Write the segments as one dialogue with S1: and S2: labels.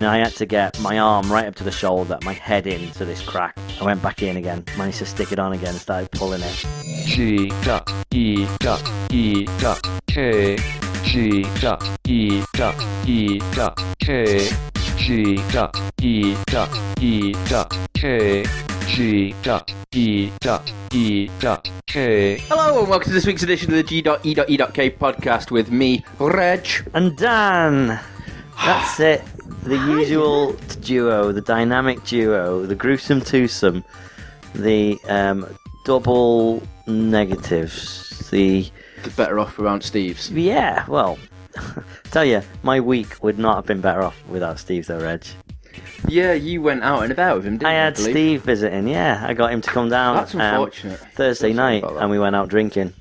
S1: And I had to get my arm right up to the shoulder, my head into this crack. I went back in again, managed to stick it on again, started pulling it.
S2: G dot E dot E dot K G dot E dot E dot K G dot E dot E dot K G dot E dot E dot K
S3: Hello and welcome to this week's edition of the E G.E.E.K podcast with me, Reg.
S1: And Dan! That's it. The usual duo, the dynamic duo, the gruesome twosome, the um, double negatives, the.
S3: The better off around Steve's.
S1: Yeah, well, tell you, my week would not have been better off without Steve, though, Reg.
S3: Yeah, you went out and about with him, didn't
S1: I
S3: you?
S1: had
S3: believe?
S1: Steve visiting. Yeah, I got him to come down.
S3: That's
S1: um,
S3: unfortunate.
S1: Thursday
S3: Sorry
S1: night,
S3: about that.
S1: and we went out drinking.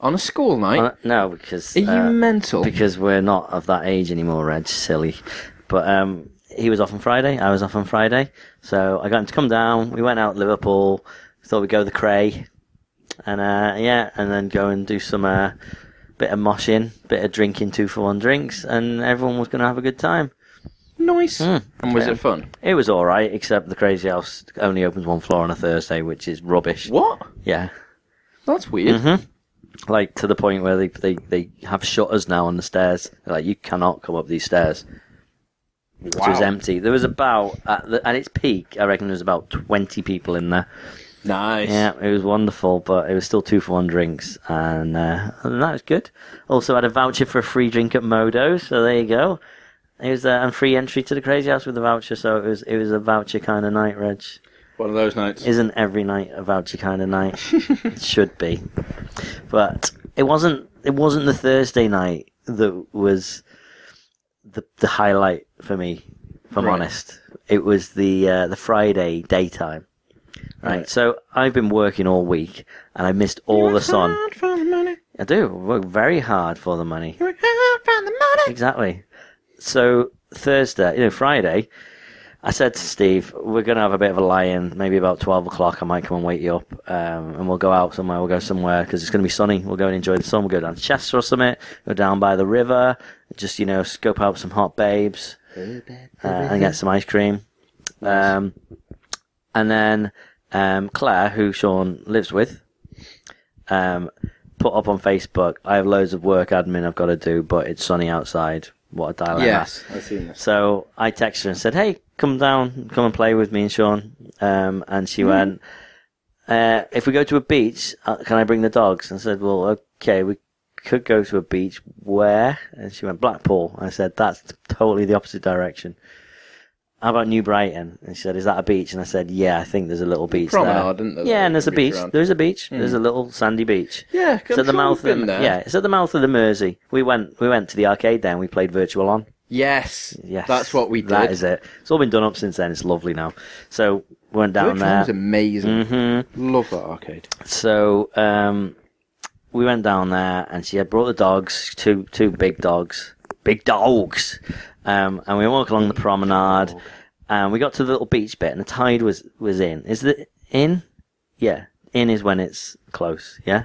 S3: On a school night?
S1: Uh, no, because
S3: Are you
S1: uh,
S3: mental?
S1: because we're not of that age anymore, Reg. Silly, but um, he was off on Friday. I was off on Friday, so I got him to come down. We went out to Liverpool. Thought we'd go to the Cray, and uh, yeah, and then go and do some uh, bit of moshing, bit of drinking two for one drinks, and everyone was going to have a good time.
S3: nice.
S1: Mm.
S3: and was
S1: Yeah.
S3: it fun?
S1: It was all right, except the Crazy House only opens one floor on a Thursday, which is rubbish.
S3: What?
S1: Yeah.
S3: That's weird.
S1: Mm-hmm. like to the point where they, they, they have shutters now on the stairs. They're like you cannot come up these stairs. So it was empty. There was about at, the, at its peak, I reckon there was about twenty people in there.
S3: Nice.
S1: Yeah, it was wonderful, but it was still two for one drinks, and, uh, other than that was good. Also had a voucher for a free drink at Modo, so there you go. It was uh, and free entry to the Crazy House with a voucher, so it was it was a voucher kind of night, Reg.
S3: One of those nights.
S1: Isn't every night a voucher kind of night? it should be, but it wasn't. It wasn't the Thursday night that was the the highlight for me. If I'm
S3: Right.
S1: honest, it was the uh, the Friday daytime. Right.
S3: Right.
S1: So I've been working all week and I missed all the sun.
S3: Hard for the money.
S1: I do work very hard for the money.
S3: Hard for the money.
S1: Exactly. So Thursday, you know, Friday, I said to Steve, "We're going to have a bit of a lie-in. Maybe about twelve o'clock, I might come and wake you up, um, and we'll go out somewhere. We'll go somewhere because it's going to be sunny. We'll go and enjoy the sun. We'll go down to Chester or something. Go down by the river. Just you know, scope out some hot babes uh, and get some ice cream." Um, and then um, Claire, who Sean lives with, um, put up on Facebook, I have loads of work admin I've got to do, but it's sunny outside. What a dilemma.
S3: Yes, I've seen this.
S1: So I texted her and said, hey, come down, come and play with me and Sean. Um, and she went, uh, if we go to a beach, uh, can I bring the dogs? And I said, well, okay, we could go to a beach. Where? And she went, Blackpool. And I said, that's totally the opposite direction. How about New Brighton? And she said, is that a beach? And I said, yeah, I think there's a little beach there.
S3: Promenade, didn't there?
S1: Yeah, and there's a
S3: Beach
S1: beach. Hmm.
S3: around.
S1: There's a beach. There's a little sandy beach.
S3: Yeah,
S1: It's at the mouth
S3: in
S1: of the,
S3: there.
S1: yeah, it's at the mouth of the Mersey. We went we went to the arcade there and we played Virtual On.
S3: Yes.
S1: Yes,
S3: That's what we did.
S1: That is it. It's all been done up since then. It's lovely now. So we went down
S3: Which one was
S1: there.
S3: amazing.
S1: hmm
S3: Love that arcade.
S1: So um, we went down there and she had brought the dogs, two two big dogs, big dogs, um, and we walked along the promenade. And we got to the little beach bit, and the tide was was in. Is it in? Yeah, in is when it's close. Yeah.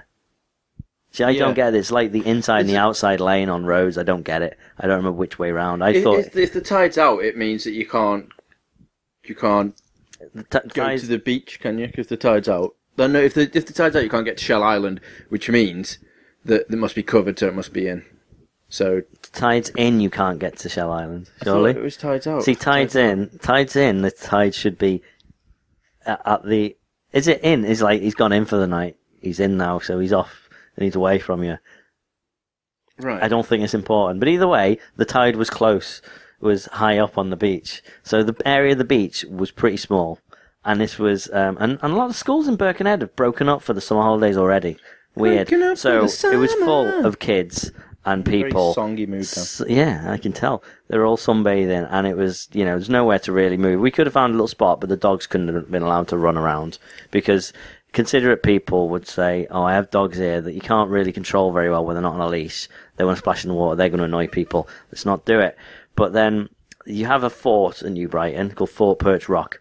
S1: See, I
S3: Yeah.
S1: don't get it. It's like the inside and the outside lane on roads. I don't get it. I don't remember which way round. I
S3: If,
S1: thought
S3: if, if the tide's out, it means that you can't you can't
S1: the t-
S3: go
S1: tides-
S3: to the beach, can you? If the tide's out, then no. If the if the tide's out, you can't get to Shell Island, which means that it must be covered, so it must be in. So
S1: tides in, you can't get to Shell Island.
S3: I thought it
S1: Surely,
S3: was tides out.
S1: see, tides in, tides in. The tide should be at, at the. Is it in? Is like he's gone in for the night. He's in now, so he's off and he's away from you.
S3: Right.
S1: I don't think it's important, but either way, the tide was close. It was high up on the beach, so the area of the beach was pretty small. And this was, um, and, and a lot of schools in Birkenhead have broken up for the summer holidays already. Weird.
S3: Broken up
S1: So
S3: for the
S1: it was full
S3: summer.
S1: of kids and
S3: Very
S1: people. Uh,
S3: songy mood. Now.
S1: S- yeah, I can tell. They're all sunbathing, and it was, you know, there's nowhere to really move. We could have found a little spot, but the dogs couldn't have been allowed to run around because considerate people would say, Oh, I have dogs here that you can't really control very well when they're not on a leash. They want to splash in the water, they're going to annoy people. Let's not do it. But then you have a fort in New Brighton called Fort Perch Rock.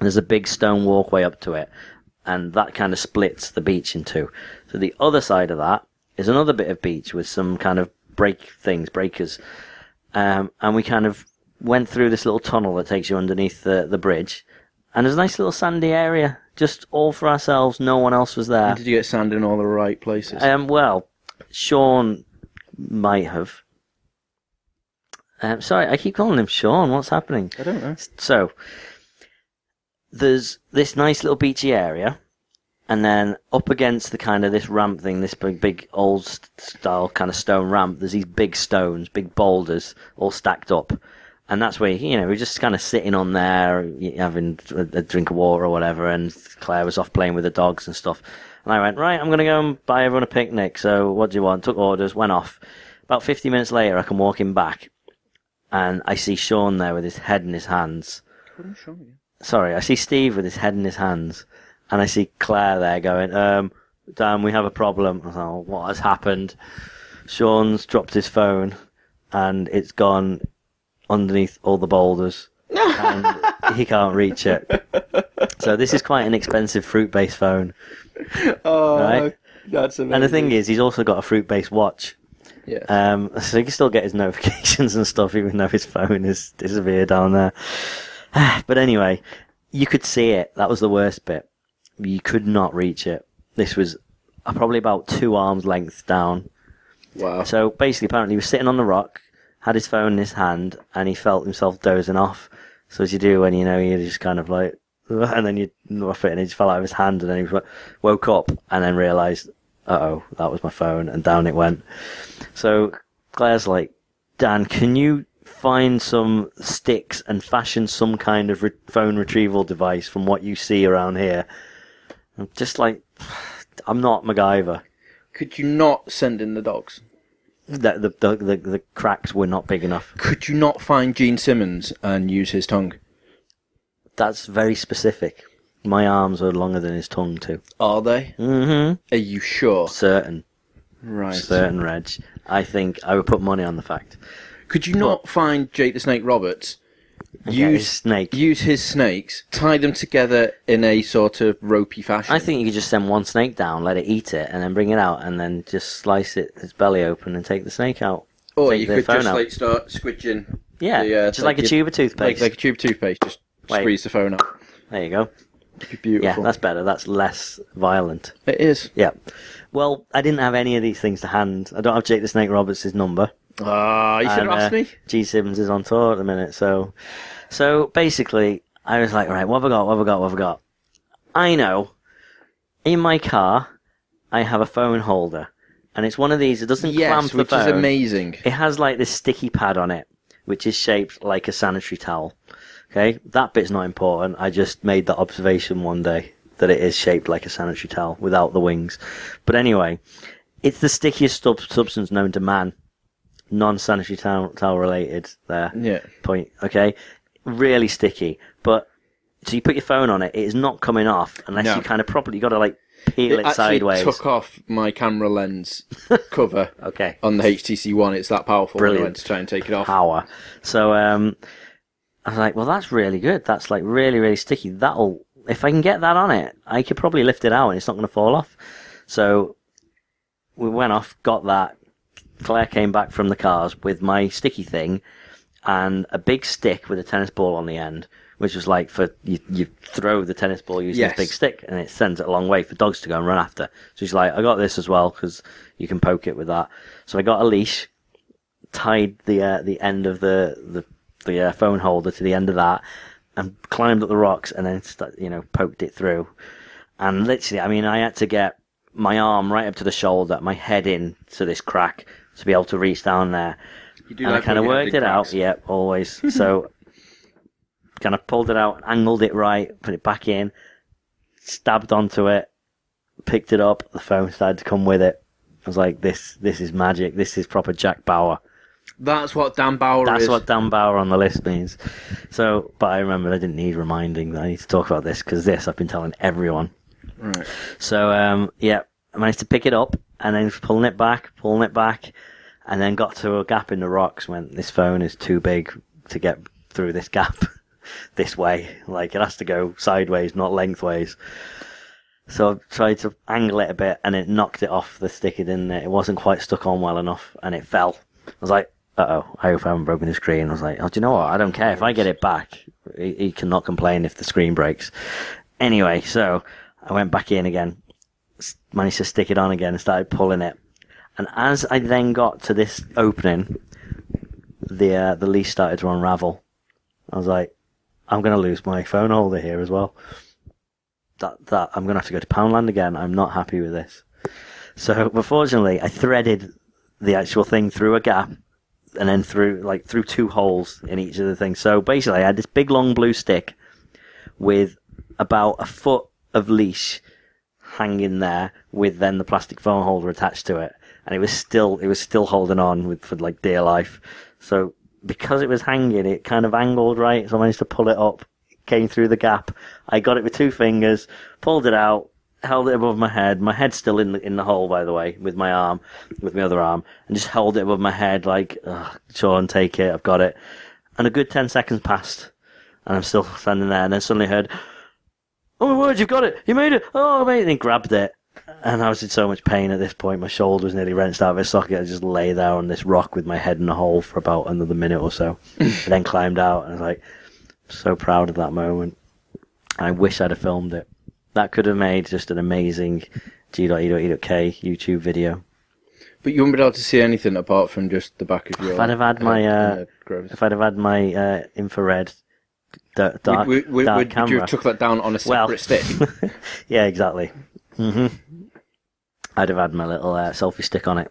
S1: There's a big stone walkway up to it, and that kind of splits the beach in two. So the other side of that is another bit of beach with some kind of break things, breakers, um, and we kind of went through this little tunnel that takes you underneath the, the bridge, and there's a nice little sandy area, just all for ourselves. No one else was there.
S3: Did you get sand in all the right places?
S1: Um, well, Sean might have. Um, sorry, I keep calling him Sean. What's happening?
S3: I don't know.
S1: So there's this nice little beachy area, and then up against the kind of this ramp thing, this big, big old st- style kind of stone ramp. There's these big stones, big boulders, all stacked up, and that's where you know we're just kind of sitting on there, y- having a a drink of water or whatever. And Claire was off playing with the dogs and stuff. And I went right. I'm gonna go and buy everyone a picnic. So what do you want? Took orders, went off. About 50 minutes later, I come walking back, and I see Sean there with his head in his hands
S3: Couldn't show you.
S1: sorry, I see Steve with his head in his hands, and I see Claire there going, um, Dan, we have a problem. I was like, "Oh, what has happened? Sean's dropped his phone, and it's gone underneath all the boulders, and he can't reach it. So this is quite an expensive fruit-based phone.
S3: Oh,
S1: Right.
S3: that's amazing.
S1: And the thing is, he's also got a fruit-based watch.
S3: yeah.
S1: Um, so he can still get his notifications and stuff, even though his phone has disappeared down there. but anyway, you could see it. That was the worst bit. You could not reach it. This was uh, probably about two arms length down.
S3: wow.
S1: So basically, apparently, he was sitting on the rock, had his phone in his hand, and he felt himself dozing off. So as you do when you know you're just kind of like, and then you rough it, and it just fell out of his hand, and then he was like- woke up, and then realised, uh oh, that was my phone, and down it went. So Claire's like, Dan, can you find some sticks and fashion some kind of re- phone retrieval device from what you see around here? I'm just like, I'm not MacGyver.
S3: Could you not send in the dogs?
S1: The, the, the, the cracks were not big enough.
S3: Could you not find Gene Simmons and use his tongue?
S1: That's very specific. My arms are longer than his tongue too.
S3: Are they?
S1: Mm-hmm.
S3: Are you sure?
S1: Certain,
S3: Right.
S1: certain, Reg. I think I would put money on the fact.
S3: Could you not find Jake the Snake Roberts?
S1: get his snake.
S3: Use his snakes. Tie them together in a sort of ropey fashion.
S1: I think you could just send one snake down, let it eat it, and then bring it out, and then just slice it its belly open and take the snake out.
S3: Or
S1: take
S3: you
S1: the
S3: could
S1: phone
S3: just
S1: out.
S3: like start squidging.
S1: Yeah,
S3: the, uh,
S1: just like a
S3: your-
S1: tube of toothpaste.
S3: Like, like a tube of toothpaste. Just
S1: Wait.
S3: squeeze the phone up.
S1: there you go.
S3: It'd be
S1: Yeah,
S3: beautiful.
S1: that's better. That's less violent.
S3: It is.
S1: Yeah. Well, I didn't have any of these things to hand. I don't have Jake the Snake Roberts' number.
S3: Ah, you should have
S1: And,
S3: asked
S1: uh,
S3: me.
S1: G Simmons is on tour at the minute, so so basically, I was like, right, what have I got? What have I got? What have I got? I know. In my car, I have a phone holder, and it's one of these. It doesn't clamp
S3: Yes,
S1: the
S3: which is
S1: phone.
S3: amazing.
S1: It has like this sticky pad on it, which is shaped like a sanitary towel. Okay, that bit's not important. I just made that observation one day that it is shaped like a sanitary towel without the wings. But anyway, it's the stickiest sub- substance known to man, non-sanitary towel, towel related. There
S3: Yeah.
S1: point. Okay, really sticky. But so you put your phone on it, it is not coming off unless
S3: No.
S1: you kind of properly. You got to like peel
S3: It
S1: it,
S3: actually
S1: sideways.
S3: took off my camera lens cover
S1: Okay.
S3: on the HTC One. It's that powerful. when I
S1: Brilliant.
S3: went to try and take it off.
S1: power. So um, I was like, well, that's really good. That's like really, really sticky. That'll if I can get that on it, I could probably lift it out and it's not going to fall off. So we went off, got that. Claire came back from the cars with my sticky thing and a big stick with a tennis ball on the end, which was like for you, you throw the tennis ball using
S3: Yes.
S1: this big stick and it sends it a long way for dogs to go and run after. So she's like, I got this as well because you can poke it with that. So I got a leash tied the uh, the end of the the, the uh, phone holder to the end of that, and climbed up the rocks, and then st- you know poked it through, and literally, I mean, I had to get my arm right up to the shoulder, my head in to this crack to be able to reach down there,
S3: You do
S1: and I
S3: like
S1: kind of
S3: looking at
S1: worked
S3: big
S1: it out.
S3: cracks.
S1: Yeah, always. so kind of pulled it out, angled it right, put it back in, stabbed onto it, picked it up. The phone started to come with it. I was like, this this is magic. This is proper Jack Bauer.
S3: That's what Dan Bauer
S1: That's
S3: is.
S1: what Dan Bauer on the list means. So, but I remembered I didn't need reminding that I need to talk about this because this I've been telling everyone.
S3: Right.
S1: So, um, yeah, I managed to pick it up and then pulling it back, pulling it back, and then got to a gap in the rocks. Went, this phone is too big to get through this gap this way. Like it has to go sideways, not lengthways. So I tried to angle it a bit, and it knocked it off the sticker, didn't it? It wasn't quite stuck on well enough, and it fell. I was like, uh oh, I hope I haven't broken the screen. I was like, oh, do you know what? I don't care. If I get it back, he, he cannot complain if the screen breaks. Anyway, so I went back in again, s- managed to stick it on again and started pulling it. And as I then got to this opening, the, uh, the leash started to unravel. I was like, I'm going to lose my phone holder here as well. That, that, I'm going to have to go to Poundland again. I'm not happy with this. So, but fortunately, I threaded the actual thing through a gap and then through like through two holes in each of the things. So basically, I had this big long blue stick with about a foot of leash hanging there, with then the plastic phone holder attached to it, and it was still it was still holding on with for like dear life. So because it was hanging, it kind of angled right, so I managed to pull it up. Came through the gap. I got it with two fingers, pulled it out, held it above my head. My head's still in the, in the hole, by the way, with my arm, with my other arm, and just held it above my head like, "Ugh, Sean, take it, I've got it. And a good 10 seconds passed, and I'm still standing there, and then suddenly heard, Oh my word, you've got it, you made it, oh, I made it, and he grabbed it. And I was in so much pain at this point, my shoulder was nearly wrenched out of its socket. I just lay there on this rock with my head in a hole for about another minute or so. I then climbed out, and I was like, so proud of that moment. I wish I'd have filmed it. That could have made just an amazing e G.E.E.K YouTube video.
S3: But you wouldn't be able to see anything apart from just the back of your.
S1: I'd have had my,
S3: head
S1: uh,
S3: and the groins.
S1: If I'd have had my uh, infrared d- dark,
S3: would, would,
S1: dark
S3: would, would you
S1: camera.
S3: have took that down on a separate
S1: Well.
S3: stick?
S1: yeah, exactly. hmm I'd have had my little uh, selfie stick on it.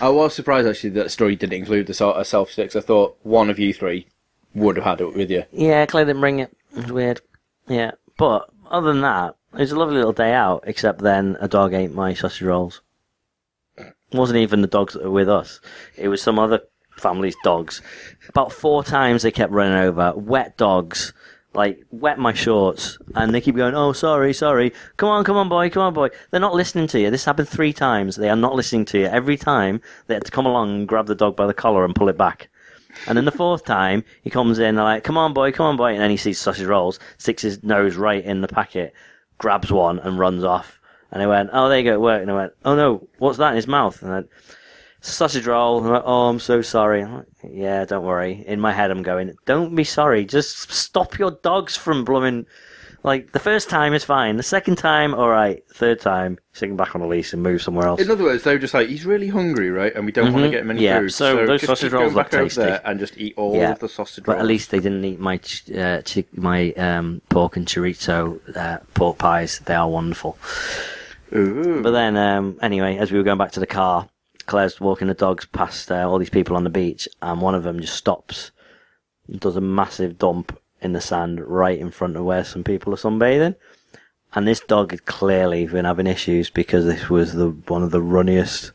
S3: I was surprised actually that the story didn't include the sort of self sticks. I thought one of you three would have had it with you.
S1: Yeah, Clay didn't bring it. It was weird. Yeah. But other than that, it was a lovely little day out, except then a dog ate my sausage rolls. It wasn't even the dogs that were with us. It was some other family's dogs. About four times they kept running over. Wet dogs. Like, wet my shorts. And they keep going, oh, sorry, sorry. Come on, come on, boy, come on, boy. They're not listening to you. This happened three times. They are not listening to you. Every time they had to come along and grab the dog by the collar and pull it back. And then the fourth time, he comes in, they're like, come on, boy, come on, boy. And then he sees sausage rolls, sticks his nose right in the packet, grabs one, and runs off. And I went, oh, there you go, it worked. And I went, oh no, what's that in his mouth? And I went, sausage roll. And I went, oh, I'm so sorry. I'm like, yeah, don't worry. In my head, I'm going, don't be sorry. Just stop your dogs from blooming. Like, the first time is fine. The second time, all right. Third time, stick him back on a leash and move somewhere else.
S3: In other words, they were just like, he's really hungry, right? And we don't want to
S1: Mhm.
S3: get him any
S1: Yeah,
S3: food.
S1: so those
S3: just
S1: sausage
S3: keep going
S1: rolls look
S3: back out
S1: tasty.
S3: there and just eat all
S1: Yeah.
S3: of the sausage
S1: But
S3: rolls.
S1: at least they didn't eat my ch- uh, chi- my um, pork and chorizo uh, pork pies. They are wonderful.
S3: Ooh.
S1: But then, um, anyway, as we were going back to the car, Claire's walking the dogs past uh, all these people on the beach, and one of them just stops, and does a massive dump in the sand right in front of where some people are sunbathing. And this dog had clearly been having issues because this was the one of the runniest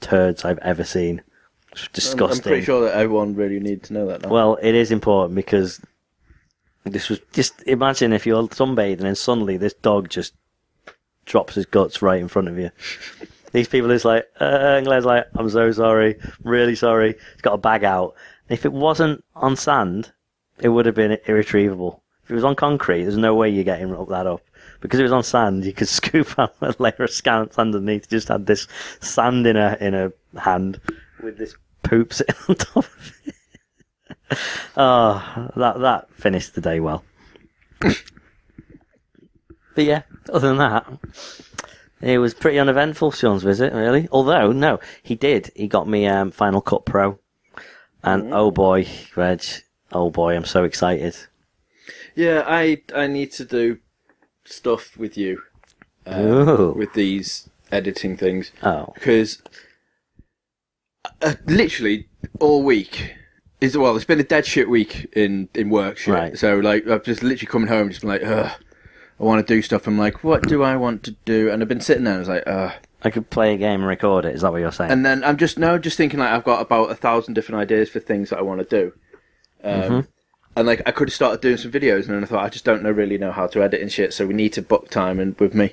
S1: turds I've ever seen. It's
S3: I'm,
S1: disgusting.
S3: I'm pretty sure that everyone really needs to know that now.
S1: Well, it is important because this was just imagine if you're sunbathing and suddenly this dog just drops his guts right in front of you. These people is like, uh, and Glenn's like, I'm so sorry, really sorry. He's got a bag out. And if it wasn't on sand, it would have been irretrievable. If it was on concrete, there's no way you're getting up that up. Because it was on sand, you could scoop out a layer of sand underneath. You just had this sand in a in a hand with this poop sitting on top of it. Oh, that that finished the day well. but yeah, other than that, it was pretty uneventful. Sean's visit, really. Although, no, he did. He got me um, Final Cut Pro, and
S3: Mm.
S1: oh boy, Reg, oh boy, I'm so excited.
S3: yeah, I I need to do stuff with you
S1: Ooh.
S3: Uh, with these editing things.
S1: Oh,
S3: because uh, literally all week is well, it's been a dead shit week in in work shit.
S1: Right.
S3: So like, I've just literally coming home, just been like, ugh, I want to do stuff. I'm like, what do I want to do? And I've been sitting there, and I was like, ugh.
S1: I could play a game and record it. Is that what you're saying?
S3: And then I'm just now just thinking like I've got about a thousand different ideas for things that I want to do. Um,
S1: Mm-hmm.
S3: And like I could have started doing some videos, and then I thought I just don't know really know how to edit and shit. So we need to book time and with me,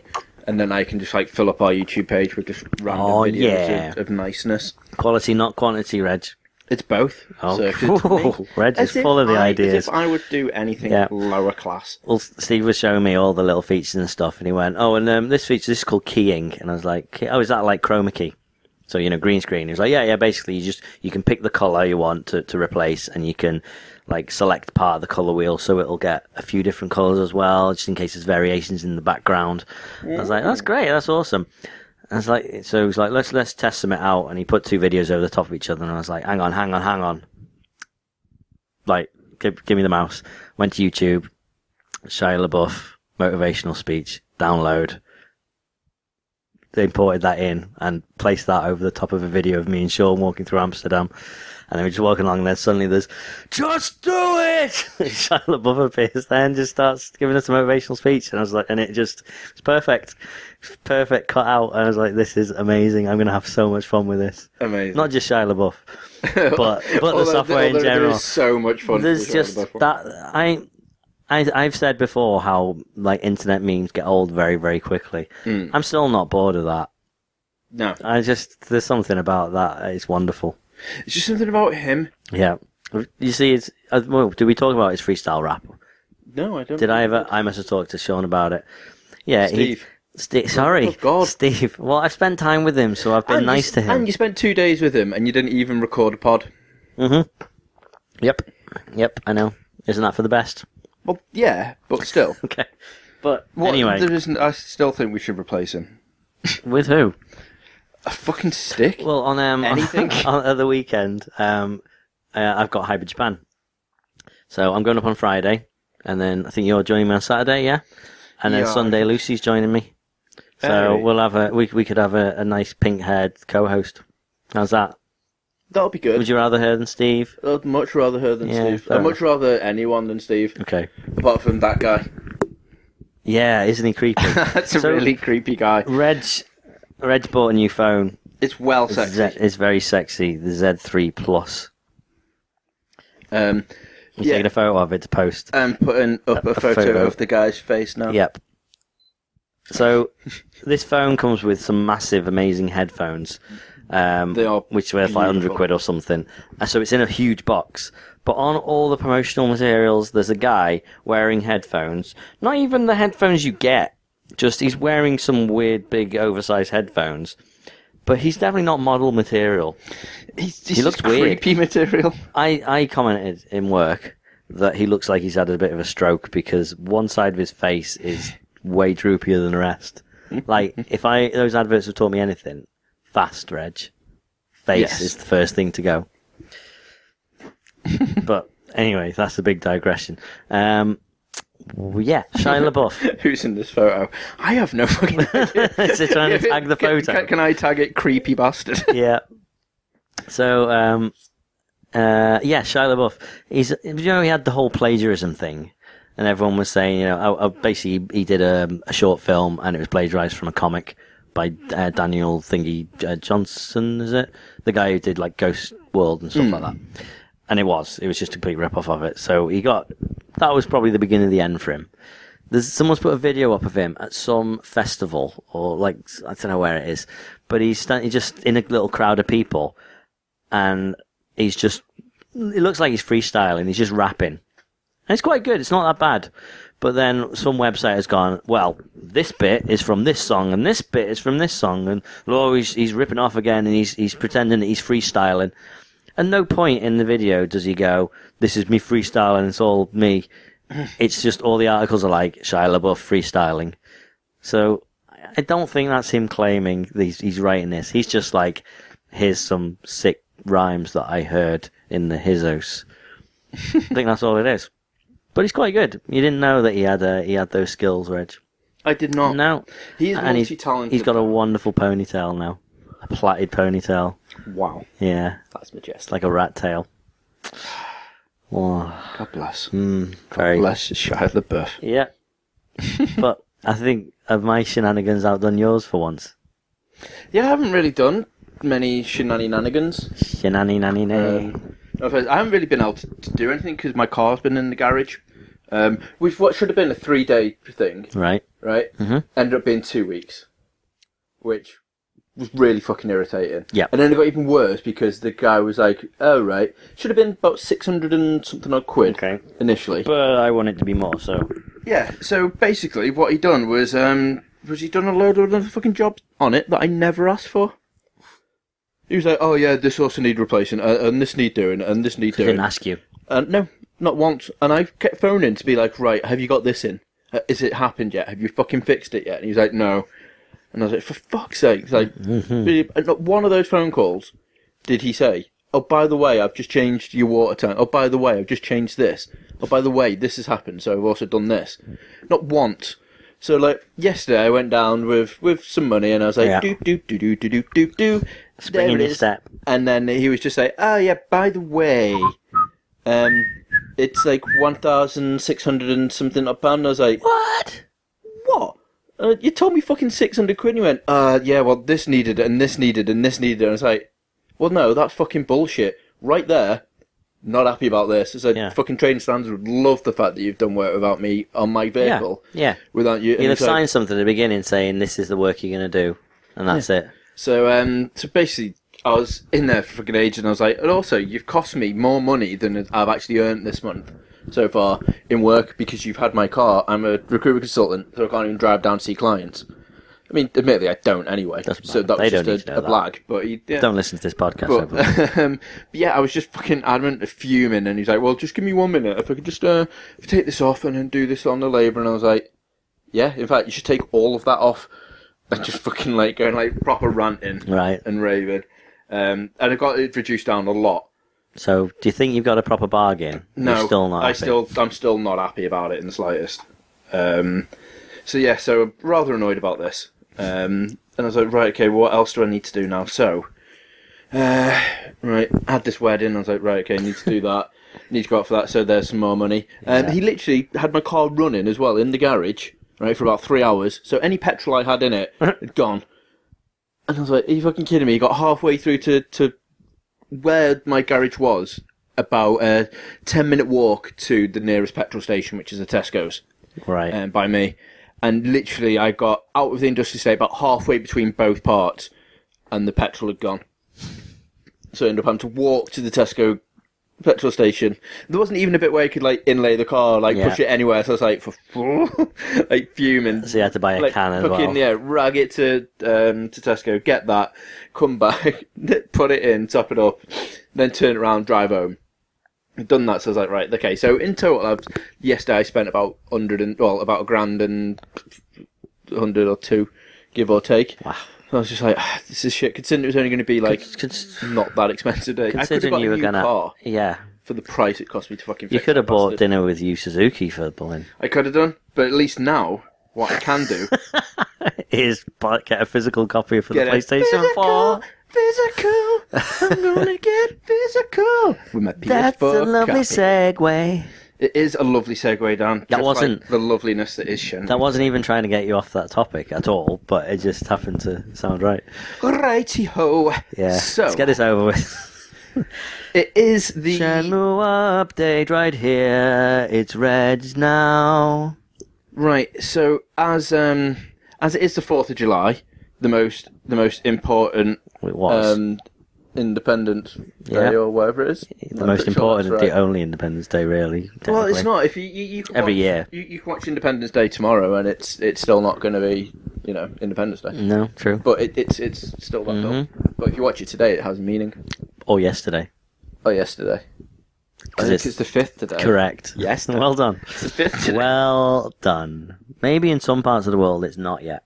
S3: and then I can just like fill up our YouTube page with just random
S1: Oh,
S3: videos
S1: yeah.
S3: of, of niceness.
S1: Quality, not quantity, Reg.
S3: It's both.
S1: Oh,
S3: so if it's
S1: cool.
S3: me-
S1: Reg is
S3: as if
S1: full of the
S3: I-
S1: ideas.
S3: As if I would do anything
S1: Yeah.
S3: lower class.
S1: well, Steve was showing me all the little features and stuff, and he went, "Oh, and um, this feature, this is called keying," and I was like, "Key- "Oh, is that like chroma key?" So you know, green screen. He was like, yeah, yeah. Basically, you just you can pick the color you want to, to replace, and you can like select part of the color wheel, so it'll get a few different colors as well, just in case there's variations in the background. I was like, that's great, that's awesome. I was like, so he was like, let's let's test some it out, and he put two videos over the top of each other, and I was like, hang on, hang on, hang on. Like, give, give me the mouse. Went to YouTube, Shia LaBeouf motivational speech, download. They imported that in and placed that over the top of a video of me and Sean walking through Amsterdam. And then we're just walking along, and then suddenly there's, just do it! Shia LaBeouf appears then, just starts giving us a motivational speech. And I was like, and it just, it's perfect. It's perfect cut out. And I was like, this is amazing. I'm going to have so much fun with this.
S3: Amazing.
S1: Not just Shia LaBeoff, but, but
S3: Although-
S1: the software in
S3: although there
S1: general.
S3: is so much fun.
S1: There's
S3: with
S1: just
S3: Shia LaBeouf.
S1: that I, I I've said before how like internet memes get old very very quickly.
S3: Mm.
S1: I'm still not bored of that.
S3: No,
S1: I just there's something about that. It's wonderful.
S3: it's just something about him.
S1: Yeah. You see, it's uh, well, did we talk about his freestyle rap?
S3: No, I don't.
S1: Did I ever? I must have talked to Sean about it. Yeah,
S3: Steve.
S1: He, Steve. Sorry,
S3: Oh, God.
S1: Steve. Well, I've spent time with him, so I've been
S3: And
S1: nice
S3: you,
S1: to him.
S3: And you spent two days with him, and you didn't even record a pod.
S1: Mm-hmm. Yep, yep. I know. Isn't that for the best?
S3: Well, yeah, but still.
S1: Okay. But
S3: What-
S1: anyway,
S3: there isn't. I still think we should replace him.
S1: with who?
S3: A fucking stick.
S1: Well, on um,
S3: Anything?
S1: on, at the weekend, um, uh, I've got Hyper Japan, so I'm going up on Friday, and then I think you're joining me on Saturday, yeah, and then
S3: Yeah.
S1: Sunday Lucy's joining me, so
S3: Hey.
S1: we'll have a we we could have a, a nice pink haired co-host. How's that?
S3: That'll be good.
S1: Would you rather her than Steve?
S3: I'd much rather her than
S1: Yeah,
S3: Steve.
S1: fair
S3: I'd much rather anyone than Steve,
S1: Okay.
S3: apart from that guy.
S1: Yeah, isn't he creepy?
S3: That's a
S1: So-
S3: really creepy guy.
S1: Reg, Reg bought a new phone.
S3: It's well sexy.
S1: Z, it's very sexy. The Z3 Plus.
S3: um,
S1: I'm
S3: Yeah.
S1: taking a photo of it to post.
S3: I'm putting up a,
S1: a
S3: photo,
S1: photo.
S3: of the guy's face now.
S1: Yep. So this phone comes with some massive, amazing headphones, um,
S3: They are
S1: which were like hundred
S3: beautiful.
S1: quid or something. Uh, So it's in a huge box. But on all the promotional materials, there's a guy wearing headphones. Not even the headphones you get. Just he's wearing some weird, big, oversized headphones. But he's definitely not model material.
S3: He's,
S1: He looks
S3: just
S1: weird.
S3: creepy material.
S1: I, I commented in work that he looks like he's had a bit of a stroke because one side of his face is way droopier than the rest. like if I those adverts have taught me anything, fast Reg, face
S3: Yes.
S1: is the first thing to go. but anyway, that's a big digression. Um, well, yeah, Shia LaBeouf.
S3: Who's in this photo? I have no fucking idea.
S1: so trying to
S3: If it-
S1: tag the
S3: can-
S1: photo.
S3: Can, can I tag it creepy bastard?
S1: yeah. So, um, uh, yeah, Shia LaBeouf. He's, you know, he had the whole plagiarism thing, and everyone was saying, you know, oh, oh, basically he did a, a short film and it was plagiarized from a comic by uh, Daniel Thingy uh, Johnson, is it? The guy who did like Ghost World and stuff like that. And it was. It was just a complete rip off of it. So he got. That was probably the beginning of the end for him. There's someone's put a video up of him at some festival or like I don't know where it is, but he's stand, he's just in a little crowd of people, and he's just it looks like he's freestyling. He's just rapping, and it's quite good. It's not that bad. But then some website has gone. Well, this bit is from this song, and this bit is from this song, and oh, he's he's ripping off again, and he's he's pretending that he's freestyling. At no point in the video does he go, "This is me freestyling. It's all me." it's just all the articles are like Shia LaBeouf freestyling. So I- I don't think that's him claiming that he's, he's writing this. He's just like, here's some sick rhymes that I heard in the his house. I think that's all it is. But he's quite good. You didn't know that he had uh, he had those skills, Reg.
S3: I did not.
S1: No,
S3: Oh, He's
S1: and he's,
S3: multi-talented.
S1: he's got a wonderful ponytail now, a plaited ponytail.
S3: wow.
S1: Yeah,
S3: That's majestic.
S1: like a rat tail. Oh, hmm,
S3: God bless.
S1: very
S3: Bless Shia LaBeouf.
S1: Yeah. but I think have my shenanigans outdone yours for once.
S3: Yeah, I haven't really done many shenanigans.
S1: Shenani nanny nay.
S3: Um, no offense, I haven't really been able to, to do anything because my car's been in the garage. Um, we've what should have been a three-day thing,
S1: right.
S3: right? Ended up being two weeks, which was really fucking irritating.
S1: Yeah.
S3: And then it got even worse because the guy was like, "Oh right, should have been about six hundred and something odd quid
S1: Okay.
S3: initially."
S1: But I want it to be more, so
S3: Yeah. So basically, what he done was um was he done a load of other fucking jobs on it that I never asked for. He was like, "Oh yeah, this also need replacing, uh, and this need doing, and this need
S1: I
S3: doing."
S1: didn't ask you.
S3: Uh, no, not once. And I kept phoning to be like, right, have you got this in? Uh, Is it happened yet? Have you fucking fixed it yet? And he was like, no. And I was like, for fuck's sake. It's like,
S1: Mm-hmm.
S3: really- and not one of those phone calls did he say, oh, by the way, I've just changed your water tank. Oh, by the way, I've just changed this. Oh, by the way, this has happened, so I've also done this. Not once. So, like, yesterday I went down with, with some money and I was
S1: Yeah.
S3: like, do, do, do, do, do, do, do, do.
S1: Spring
S3: There
S1: in
S3: it
S1: your
S3: is.
S1: step.
S3: And then he was just like, oh, yeah, by the way, um, it's like 1,600 and something up pound. And I was like,
S1: What?
S3: what? Uh, you told me fucking 600 quid. And you went, uh, yeah, well, this needed and this needed and this needed. And I was like, well, no, that's fucking bullshit. Right there, not happy about this. It's like,
S1: Yeah.
S3: fucking train stands would love the fact that you've done work without me on my
S1: Yeah.
S3: vehicle.
S1: Yeah.
S3: Without you. And
S1: You'll have
S3: it's like-
S1: signed something at the beginning saying this is the work you're going to do, and that's it.
S3: So um, so basically, I was in there for fucking ages, and I was like, and also, you've cost me more money than I've actually earned this month so far in work because you've had my car. I'm a recruitment consultant, so I can't even drive down to see clients. I mean, admittedly, I don't anyway.
S1: Doesn't
S3: so
S1: matter.
S3: that was
S1: They
S3: just
S1: don't
S3: a,
S1: need to know
S3: a
S1: that.
S3: blag. But he, yeah.
S1: Don't listen to this podcast. everyone.
S3: But, um, but yeah, I was just fucking adamant, fuming, and he's like, "Well, just give me one minute. If I could just uh, if I take this off and then do this on the labour," and I was like, "Yeah, in fact, you should take all of that off." And just fucking like going like proper ranting
S1: Right.
S3: and raving, um, and I got it reduced down a lot.
S1: So, do you think you've got a proper bargain?
S3: No,
S1: You're still not.
S3: I
S1: happy.
S3: still, I'm still not happy about it in the slightest. Um, so yeah, so I'm rather annoyed about this. Um, and I was like, right, okay, what else do I need to do now? So, uh, right, had this wedding. I was like, right, okay, need to do that. need to go out for that. So there's some more money. Um, He literally had my car running as well in the garage, right, for about three hours. So any petrol I had in it had gone. And I was like, are you fucking kidding me? He got halfway through to, to where my garage was, about a 10 minute walk to the nearest petrol station, which is the Tesco's
S1: Right.
S3: um, by me. And literally, I got out of the industrial estate about halfway between both parts, and the petrol had gone. So I ended up having to walk to the Tesco petrol station. There wasn't even a bit where I could like inlay the car, like
S1: Yeah.
S3: push it anywhere. So I was like, for like fuming.
S1: so you had to buy a
S3: like,
S1: can as
S3: fucking,
S1: well.
S3: Yeah, rag it to um, to Tesco, get that, come back, put it in, top it up, then turn it around, drive home. I've done that, so I was like, right, okay. So in total, I've, yesterday I spent about hundred and well, about a grand and hundred or two, give or take.
S1: Wow.
S3: I was just like, "Ah, this is shit. Considering it was only going to be like
S1: Cons-
S3: not that expensive. Day. I could have
S1: Considering
S3: got
S1: you
S3: a
S1: were
S3: new
S1: gonna,
S3: car
S1: yeah,
S3: for the price it cost me to fucking.
S1: you
S3: fix
S1: could have
S3: that
S1: bought
S3: bastard.
S1: dinner with you Suzuki for Berlin.
S3: I could have done, but at least now what I can do
S1: Is bu- get a physical copy for the
S3: Get it.
S1: PlayStation Four.
S3: Physical, I'm gonna get physical with my PS4.
S1: That's a lovely
S3: copy.
S1: segue.
S3: It is a lovely segue, Dan. That
S1: wasn't-
S3: the loveliness that is Shen.
S1: That wasn't even trying to get you off that topic at all, but it just happened to sound right.
S3: Righty ho.
S1: Yeah,
S3: So
S1: let's get this over with.
S3: it is the
S1: Shenmue update right here. It's Reds now.
S3: right. So as um as it is the Fourth of July, the most the most important
S1: It was
S3: um Independence
S1: Yeah.
S3: Day or whatever it is.
S1: the most important,
S3: day.
S1: and the only Independence Day, really.
S3: Well, it's
S1: technically.
S3: not. If you, you, you can
S1: Every
S3: watch,
S1: year.
S3: you, you can watch Independence Day tomorrow, and it's it's still not going to be you know Independence Day.
S1: No, true.
S3: But it, it's it's still that
S1: Mhm.
S3: dull. But if you watch it today, it has meaning.
S1: Or yesterday.
S3: Oh, yesterday. I
S1: 'Cause
S3: think
S1: it's-
S3: it's, the fifth today.
S1: Correct.
S3: Oh, Yes.
S1: Well done.
S3: It's the fifth today.
S1: Well done. Maybe in some parts of the world it's not yet.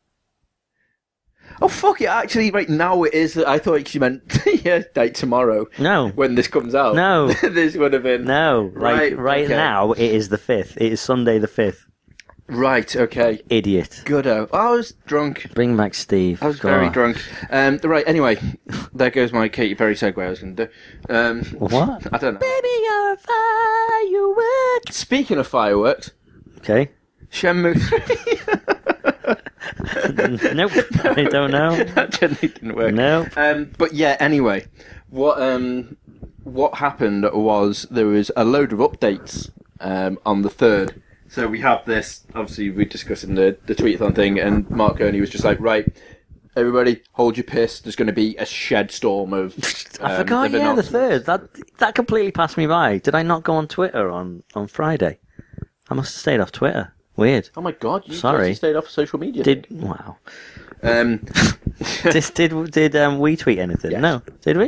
S3: oh fuck it! Actually, right now it is. I thought you meant yeah, day tomorrow
S1: No.
S3: when this comes out.
S1: No.
S3: this would have been
S1: No. Like right,
S3: Right, okay.
S1: now it is the fifth. It is Sunday the fifth.
S3: right. Okay.
S1: Idiot.
S3: Goodo. I was drunk.
S1: Bring back Steve.
S3: I was
S1: God.
S3: very drunk. Um, right. Anyway, there goes my Katy Perry segue. I was going to do. Um,
S1: What?
S3: I don't know.
S1: Baby, you're a firework.
S3: Speaking of fireworks,
S1: Okay.
S3: Shenmue 3.
S1: nope. I don't know.
S3: that generally didn't work.
S1: Nope.
S3: Um, but yeah, anyway, what um, what happened was there was a load of updates um, on the third. So we have this. Obviously, we discussed in the the tweetathon thing, and Mark Gurney was just like, right. Everybody, hold your piss. There's going to be a shed storm of.
S1: I
S3: um,
S1: forgot.
S3: of
S1: Yeah, the
S3: announcements."
S1: third. That that completely passed me by. Did I not go on Twitter on on Friday? I must have stayed off Twitter. Weird.
S3: Oh my god! You
S1: Sorry.
S3: Sorry, stayed off social media.
S1: Did wow.
S3: Um,
S1: did did, did um, we tweet anything?
S3: Yes.
S1: No, did we?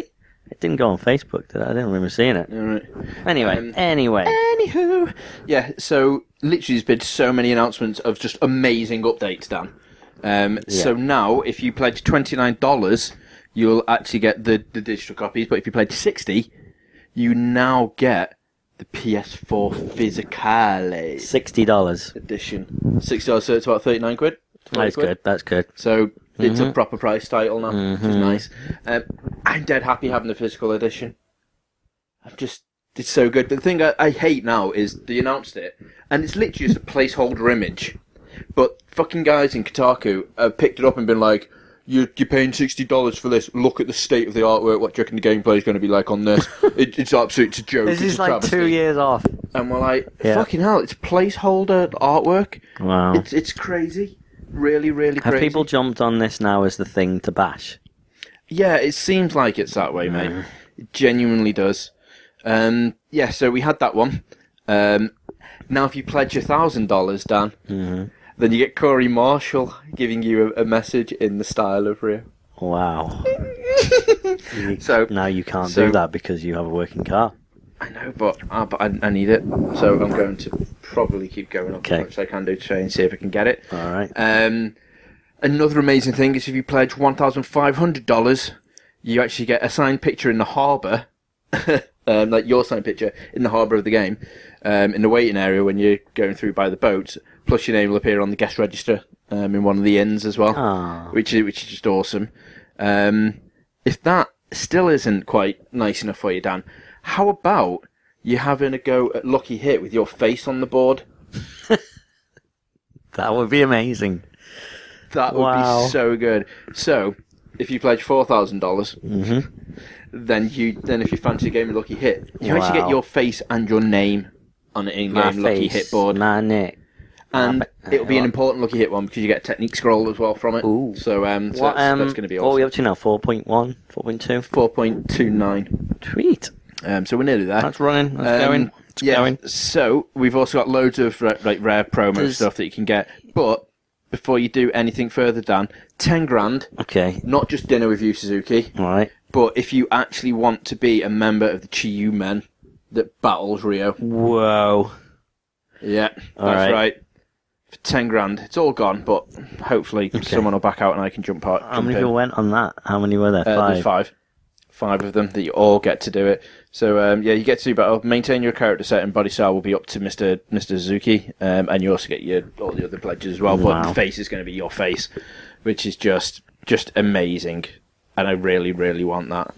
S1: It didn't go on Facebook, did it? I didn't remember seeing it.
S3: all right.
S1: Anyway,
S3: Um,
S1: anyway,
S3: Anywho, yeah. So literally, there's been so many announcements of just amazing updates, Dan. Um, So now, if you pledge twenty nine dollars, you'll actually get the, the digital copies. But if you pledge sixty, you now get the PS4 Physicale
S1: sixty dollars.
S3: edition. Sixty dollars, so it's about thirty nine quid.
S1: That's
S3: 20 quid.
S1: good. That's good.
S3: So it's
S1: Mm-hmm.
S3: a proper price title now, which is nice. Um, I'm dead happy having the physical edition. I'm just, it's so good. But the thing I, I hate now is they announced it, and it's literally just a placeholder image. But fucking guys in Kotaku have picked it up and been like, you, you're paying sixty dollars for this. Look at the state of the artwork. What do you reckon the gameplay is going to be like on this? it, it's absolute it's a joke.
S1: This
S3: it's
S1: is
S3: a
S1: like
S3: travesty."
S1: two years off.
S3: and we're like,
S1: Yeah.
S3: fucking hell! It's placeholder artwork.
S1: Wow.
S3: It's it's crazy, really, really
S1: Have
S3: crazy.
S1: people jumped on this now as the thing to bash?
S3: Yeah, it seems like it's that way, mate. It genuinely does. Um, yeah, so we had that one. Um, now, if you pledge a thousand dollars, Dan,
S1: Mm-hmm.
S3: then you get Corey Marshall giving you a, a message in the style of Rio.
S1: Wow. You-
S3: So-
S1: now you can't
S3: so-
S1: do that because you have a working car.
S3: I know, but, uh, but I, I need it, so I'm going to probably keep going up
S1: Okay.
S3: as much as I can do to try and see if I can get it.
S1: All right.
S3: Um, another amazing thing is if you pledge one thousand five hundred dollars, you actually get a signed picture in the harbour, um, like your signed picture in the harbour of the game, um, in the waiting area when you're going through by the boats. Plus, your name will appear on the guest register um, in one of the inns as well,
S1: Ah.
S3: which is which is just awesome. Um, if that still isn't quite nice enough for you, Dan, how about you having a go at Lucky Hit with your face on the board?
S1: That would be amazing.
S3: That would
S1: Wow.
S3: be so good. So, if you pledge four dollars,
S1: Mm-hmm.
S3: then you then if you fancy a game of Lucky Hit, you actually get
S1: Wow.
S3: your face and your name on an
S1: My
S3: in-game Lucky
S1: face,
S3: Hit board,
S1: my neck.
S3: and
S1: but-
S3: it'll be an
S1: uh,
S3: important Lucky Hit one because you get a technique scroll as well from it.
S1: Ooh.
S3: So, um, so
S1: what,
S3: that's,
S1: um,
S3: that's going to be
S1: What are we
S3: awesome.
S1: up to now? 4.1, 4.2?
S3: Four point two nine.
S1: Tweet.
S3: Um, so we're nearly there.
S1: That's running. That's
S3: Um,
S1: going. It's
S3: yeah.
S1: going.
S3: So we've also got loads of ra- like rare promo
S1: There's-
S3: stuff that you can get, but. Before you do anything further, Dan, ten grand,
S1: Okay.
S3: not just dinner with you, Suzuki.
S1: All right.
S3: But if you actually want to be a member of the Chiyu men that battles Rio,
S1: Whoa.
S3: yeah, that's
S1: right.
S3: right. For ten grand, it's all gone. But hopefully, someone will back out and I can jump out.
S1: How
S3: jump
S1: many
S3: in.
S1: people went on that? How many were there?
S3: Uh,
S1: Five.
S3: there's five, five of them that you all get to do it. So um, yeah, you get to do battle. Maintain your character set and body style will be up to Mister Mister Suzuki, um, and you also get your all the other pledges as well. But
S1: Wow.
S3: the face is going to be your face, which is just just amazing, and I really really want that.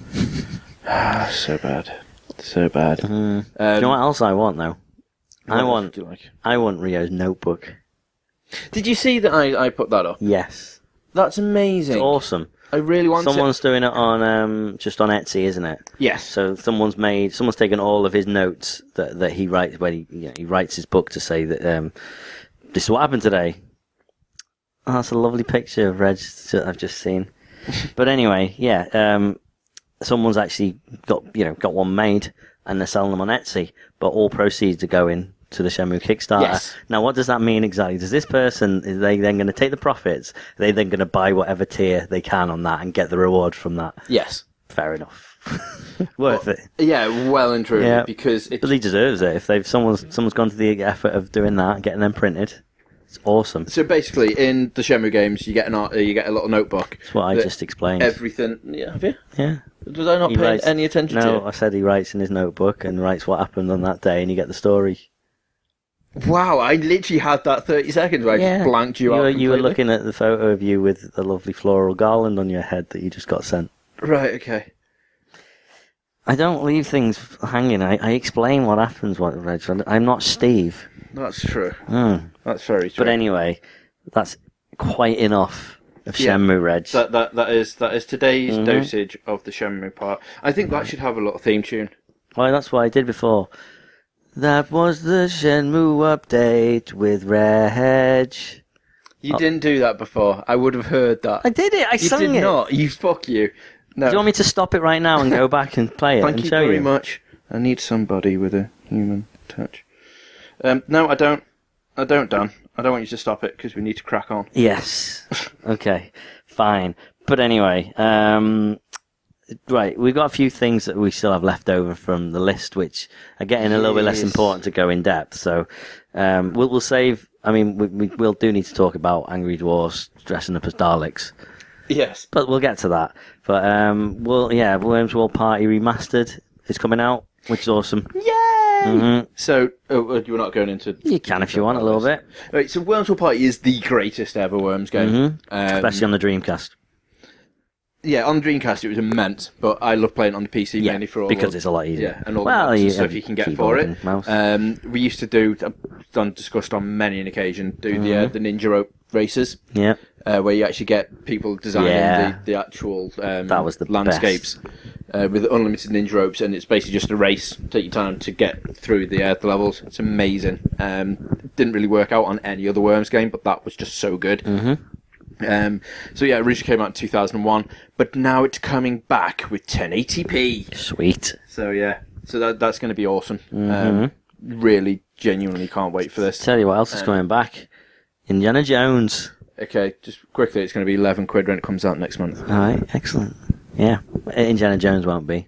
S3: Ah, so bad, so bad. Um,
S1: Do Mm. you know what else I want though? I
S3: else
S1: want.
S3: do you like?
S1: I want Rio's notebook.
S3: Did you see that I, I put that up?
S1: Yes.
S3: That's amazing.
S1: Awesome.
S3: I really want it.
S1: Someone's doing it on um just on Etsy, isn't it?
S3: Yes.
S1: So someone's made someone's taken all of his notes that, that he writes when he you know, he writes his book to say that um this is what happened today. Oh, that's a lovely picture of Reg that I've just seen. but anyway, yeah, um someone's actually got you know got one made and they're selling them on Etsy, but all proceeds are going to the Shenmue Kickstarter.
S3: Yes.
S1: Now, what does that mean exactly? Does this person is they then going to take the profits? Are they then going to buy whatever tier they can on that and get the reward from that?
S3: yes.
S1: Fair enough. Worth it.
S3: Yeah, well and truly,
S1: Yeah.
S3: because it,
S1: But he deserves it. If they've someone's someone's gone to the effort of doing that and getting them printed, it's awesome.
S3: So basically, in the Shenmue games, you get an art, uh, you get a little notebook.
S1: That's what I
S3: that
S1: just explained.
S3: Everything. Yeah, have you?
S1: yeah.
S3: Was I not
S1: He
S3: paying
S1: writes-
S3: any attention
S1: No, I said he writes in his notebook and writes what happened on that day, and you get the story.
S3: to it? Wow, I literally had that thirty seconds where I just blanked you, out.
S1: were, you were
S3: completely.
S1: looking at the photo of you with the lovely floral garland on your head that you just got sent.
S3: Right. Okay.
S1: I don't leave things hanging. I, I explain what happens, what Reg. I'm not Steve.
S3: That's true.
S1: Mm.
S3: That's very true.
S1: But anyway, that's quite enough of
S3: Yeah.
S1: Shenmue, Reg.
S3: that that that is that is today's
S1: Mm-hmm.
S3: dosage of the Shenmue part. I think that should have a little theme tune.
S1: Well, that's what I did before. That was the Shenmue update with Reg.
S3: You didn't do that before. I would have heard that.
S1: Oh. I did it. I
S3: you
S1: sang
S3: did
S1: it.
S3: not. You fuck you. No.
S1: Do you want me to stop it right now and go back and play it
S3: Thank
S1: and
S3: you
S1: show
S3: very
S1: you?
S3: much. I need somebody with a human touch. Um, no, I don't. I don't, Dan. I don't want you to stop it because we need to crack on.
S1: Yes. Okay. Fine. But anyway, um, right, we've got a few things that we still have left over from the list, which are getting a little bit less
S3: Yes.
S1: important to go in depth. So um, we'll, we'll save. I mean, we, we we'll do need to talk about angry dwarfs dressing up as Daleks,
S3: Yes.
S1: but we'll get to that. But um, well, yeah, Worms World Party Remastered is coming out, which is awesome. Hmm.
S3: Yay! Hmm.
S1: Mm-hmm.
S3: So oh, well, you're not going into.
S1: You can if you want a little bit,
S3: Right, so Worms Will Party is the greatest ever Worms game.
S1: Mm-hmm.
S3: Um,
S1: especially on the Dreamcast.
S3: yeah, on Dreamcast it was immense, but I love playing it on the PC
S1: Yeah,
S3: mainly for all
S1: because
S3: the-
S1: it's a lot easier.
S3: Yeah, and all
S1: Well,
S3: the maps
S1: you
S3: and stuff
S1: have
S3: you can get for
S1: keyboard
S3: it.
S1: and mouse.
S3: Um, we used to do I've done discussed on many an occasion do the
S1: Mm-hmm.
S3: uh, the Ninja Rope races.
S1: Yeah.
S3: uh, where you actually get people designing
S1: Yeah.
S3: the, the actual um,
S1: That was the
S3: landscapes Uh, with unlimited ninja ropes, and it's basically just a race. Take your time to get through the, uh, the levels. It's amazing. Um, didn't really work out on any other Worms game, but that was just so good.
S1: Mm-hmm.
S3: Um, so yeah, it originally came out in 2001, but now it's coming back with 1080p.
S1: Sweet.
S3: So yeah, so that, that's going to be awesome. Um,
S1: Mm-hmm.
S3: really, genuinely can't wait for this.
S1: Tell you what else is
S3: Um,
S1: coming back. Indiana Jones.
S3: Okay, just quickly, it's going to be 11 quid when it comes out next month.
S1: All right, excellent. Yeah, Indiana Jones won't be.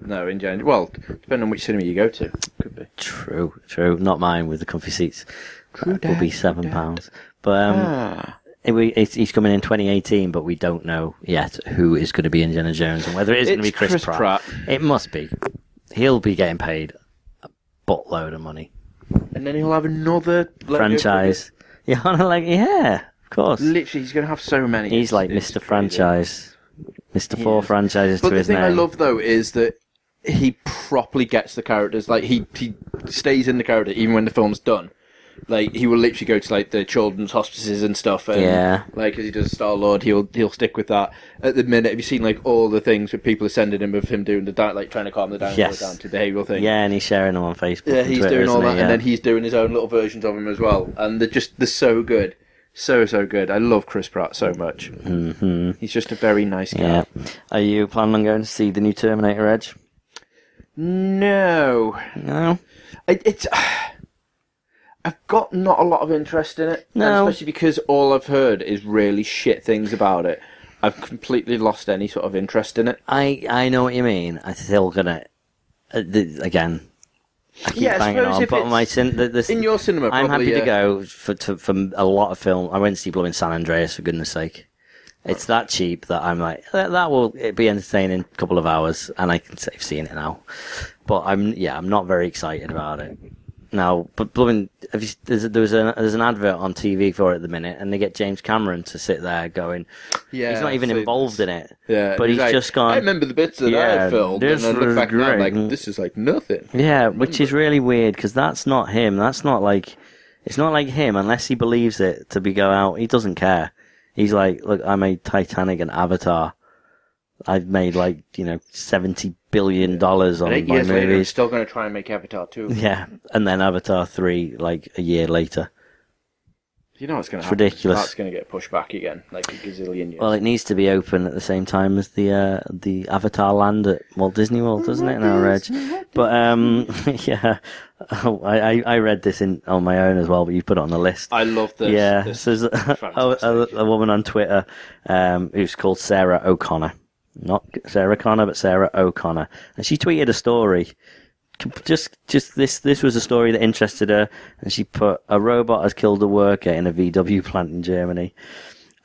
S3: No, in January. Well, depending on which cinema you go to, could be.
S1: True, true. Not mine with the comfy seats.
S3: True
S1: that will be
S3: dat,
S1: seven
S3: dat.
S1: pounds. But um,
S3: Ah,
S1: it- we, it's, he's coming in 2018, but we don't know yet who is going to be Indiana Jones and whether it is going to
S3: It's
S1: be Chris,
S3: Chris
S1: Pratt.
S3: Pratt.
S1: It must be. He'll be getting paid a buttload of money.
S3: and then he'll have another Lego
S1: Franchise. Yeah, I'm like yeah, of course.
S3: figure. Literally, he's going to have so many.
S1: He's
S3: It's-
S1: like
S3: it's
S1: Mr.
S3: crazy.
S1: Franchise. Mr. Four
S3: is.
S1: franchises
S3: But
S1: to
S3: the
S1: his
S3: thing
S1: name.
S3: I love though is that he properly gets the characters. Like he he stays in the character even when the film's done. Like he will literally go to like the children's hospices and stuff. And,
S1: Yeah.
S3: Like as he does Star Lord, he'll he'll stick with that. At the minute, have you seen like all the things that people are sending him of him doing the di- like trying to calm the down,
S1: Yes.
S3: down to behavioural thing?
S1: Yeah, and he's sharing them on Facebook.
S3: Yeah,
S1: and
S3: he's
S1: Twitter,
S3: doing
S1: isn't
S3: all
S1: he?
S3: that,
S1: Yeah.
S3: and then he's doing his own little versions of them as well. And they're just they're so good, so so good. I love Chris Pratt so much. Mm-hmm. He's just a very nice guy.
S1: Yeah. Are you planning on going to see the new Terminator Edge?
S3: No,
S1: No.
S3: I, it's. I've got not a lot of interest in it, and
S1: No.
S3: especially because all I've heard is really shit things about it. I've completely lost any sort of interest in it.
S1: I I know what you mean. I'm still gonna uh, th- again. I keep
S3: Yeah, I
S1: banging
S3: suppose
S1: on,
S3: if
S1: but
S3: it's
S1: my sin, the, the,
S3: in your cinema,
S1: I'm
S3: probably,
S1: happy to
S3: yeah.
S1: go for to, for a lot of film. I went to see Blue in San Andreas for goodness sake. It's that cheap that I'm like that, that will it be entertaining a couple of hours, and I can say I've seen it now. But I'm yeah, I'm not very excited about it. Now, but blooming, have you, there's, a- there was a, there's an advert on TV for it at the minute, and they get James Cameron to sit there going,
S3: Yeah,
S1: he's not even
S3: so-
S1: involved in it,
S3: Yeah,
S1: but he's
S3: like,
S1: just gone.
S3: I remember the bits that
S1: "Yeah,
S3: I filmed, and
S1: this
S3: then look
S1: was
S3: back now, I'm
S1: great."
S3: like this is like nothing.
S1: Yeah, which is really weird because that's not him. That's not like it's not like him unless he believes it to be go out. He doesn't care. He's like, look, I made Titanic and Avatar. I've made like you know seventy billion dollars on
S3: And eight
S1: my
S3: years later, I'm
S1: movies.
S3: still going to try and make Avatar two.
S1: yeah, and then Avatar three like a year later.
S3: You know what's going to
S1: It's
S3: happen.
S1: ridiculous.
S3: That's going to get pushed back again, like a gazillion years.
S1: Well, it needs to be open at the same time as the uh, the Avatar Land at Walt Disney World, doesn't it? Now, Reg. But um, yeah, oh, I I- I read this in on my own as well, but you put it on the list.
S3: I love this.
S1: yeah,
S3: this
S1: so
S3: is
S1: there's a,
S3: fantastic.
S1: a, a woman on Twitter um, who's called Sarah O'Connor. Not Sarah Connor, but Sarah O'Connor. And she tweeted a story. Com- Just, just this. This was a story that interested her, and she put a robot has killed a worker in a VW plant in Germany,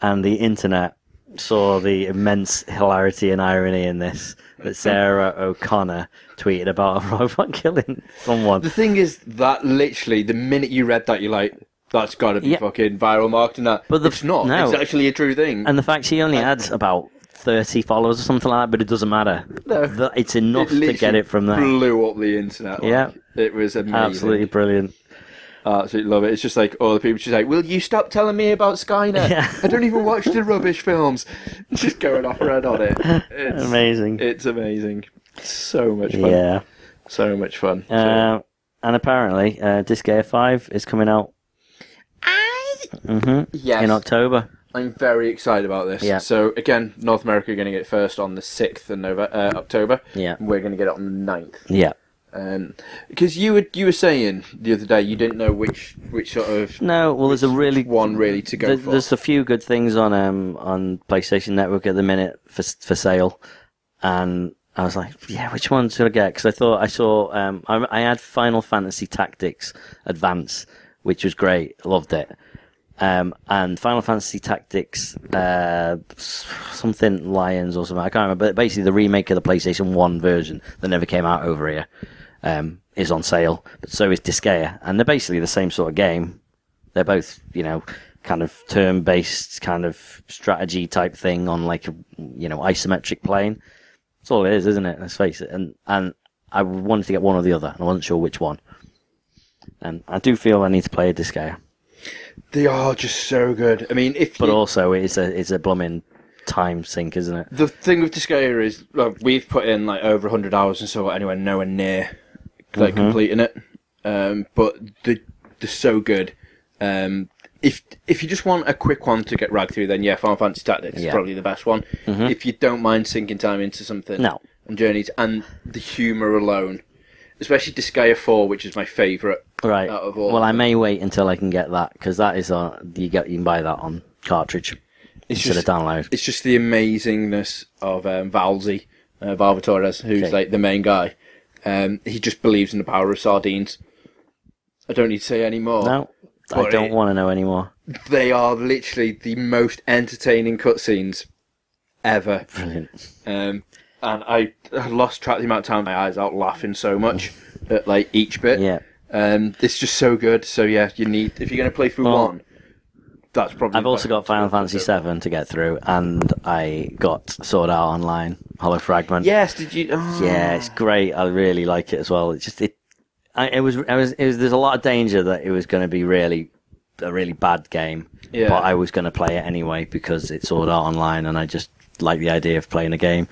S1: and the internet saw the immense hilarity and irony in this that Sarah O'Connor tweeted about a robot killing someone.
S3: the thing is that literally, the minute you read that, you're like, "That's got to be
S1: Yeah.
S3: fucking viral marketing." That,
S1: But the-
S3: it's not.
S1: no.
S3: It's actually a true thing.
S1: And the fact she only had about 30 followers or something like that, but it doesn't matter.
S3: No.
S1: Th- It's enough to
S3: literally
S1: get it from there.
S3: Blew up the internet. like,
S1: Yeah.
S3: it was amazing.
S1: Absolutely brilliant.
S3: I absolutely love it. It's just like all the people. She's like, "Will you stop telling me about Skynet?
S1: Yeah.
S3: I don't even watch the rubbish films." Just going off red on it. It's
S1: Amazing.
S3: It's amazing. So much fun.
S1: yeah.
S3: So much fun. So-
S1: Uh, and apparently, uh, Disc Air 5 is coming out Mm-hmm.
S3: yes.
S1: in October.
S3: I'm very excited about this.
S1: Yeah.
S3: So again, North America are going to get it first on the sixth of Nova, uh, October.
S1: Yeah.
S3: We're going to get it on the 9th.
S1: Yeah.
S3: Because you were you were saying the other day you didn't know which which sort of
S1: No, well, there's a really
S3: one really to go
S1: there-
S3: for.
S1: There's a few good things on um on PlayStation Network at the minute for s- for sale, and I was like, yeah, which one should I get? Because I thought I saw um I, I had Final Fantasy Tactics Advance, which was great, loved it. Um, and Final Fantasy Tactics, uh, s- something Lions or something, I can't remember, but basically the remake of the PlayStation 1 version that never came out over here, um, is on sale, but so is Disgaea. And they're basically the same sort of game, they're both you know kind of turn based kind of strategy type thing on like a you know isometric plane that's all it is isn't it let's face it and and i wanted to get one or the other and i wasn't sure which one and i do feel i need to play a disgaea
S3: They are just so good. I mean, if
S1: but
S3: you,
S1: also it's a it's a blooming time sink isn't it
S3: the thing with Disgaea is like, we've put in like over hundred hours and so we're anywhere nowhere near like
S1: Mm-hmm.
S3: completing it. Um, but they they're so good. Um, if if you just want a quick one to get ragged through, then yeah, Final Fantasy Tactics
S1: Yeah. Mm-hmm.
S3: is probably the best one. If you don't mind sinking time into something,
S1: No.
S3: and journeys and the humor alone, especially Disgaea Four, which is my favourite.
S1: right
S3: Out of all
S1: well
S3: of
S1: i
S3: them.
S1: may wait until i can get that because that is on you get you can buy that on cartridge
S3: It's
S1: instead
S3: just
S1: of download
S3: it's just the amazingness of um, Valzi, uh, Valva Torres, who's
S1: Okay.
S3: like the main guy. Um, he just believes in the power of sardines. I don't need to say any more.
S1: no i
S3: but
S1: don't
S3: it-
S1: want to know anymore
S3: They are literally the most entertaining cutscenes ever.
S1: brilliant
S3: Um, and I, I lost track of the amount of time my eyes out laughing so much at like each bit.
S1: yeah
S3: Um, it's just so good. So yeah, you need if you're going to play through
S1: Well,
S3: one. That's probably.
S1: I've also got Final Fantasy VII to get through, and I got Sword Art Online Hollow Fragment.
S3: Yes, did you? Oh.
S1: yeah, it's great. I really like it as well. It's just it, I, it was, I was, it was. There's a lot of danger that it was going to be really a really bad game,
S3: Yeah.
S1: but I was going to play it anyway because it's Sword Art Online, and I just like the idea of playing a game.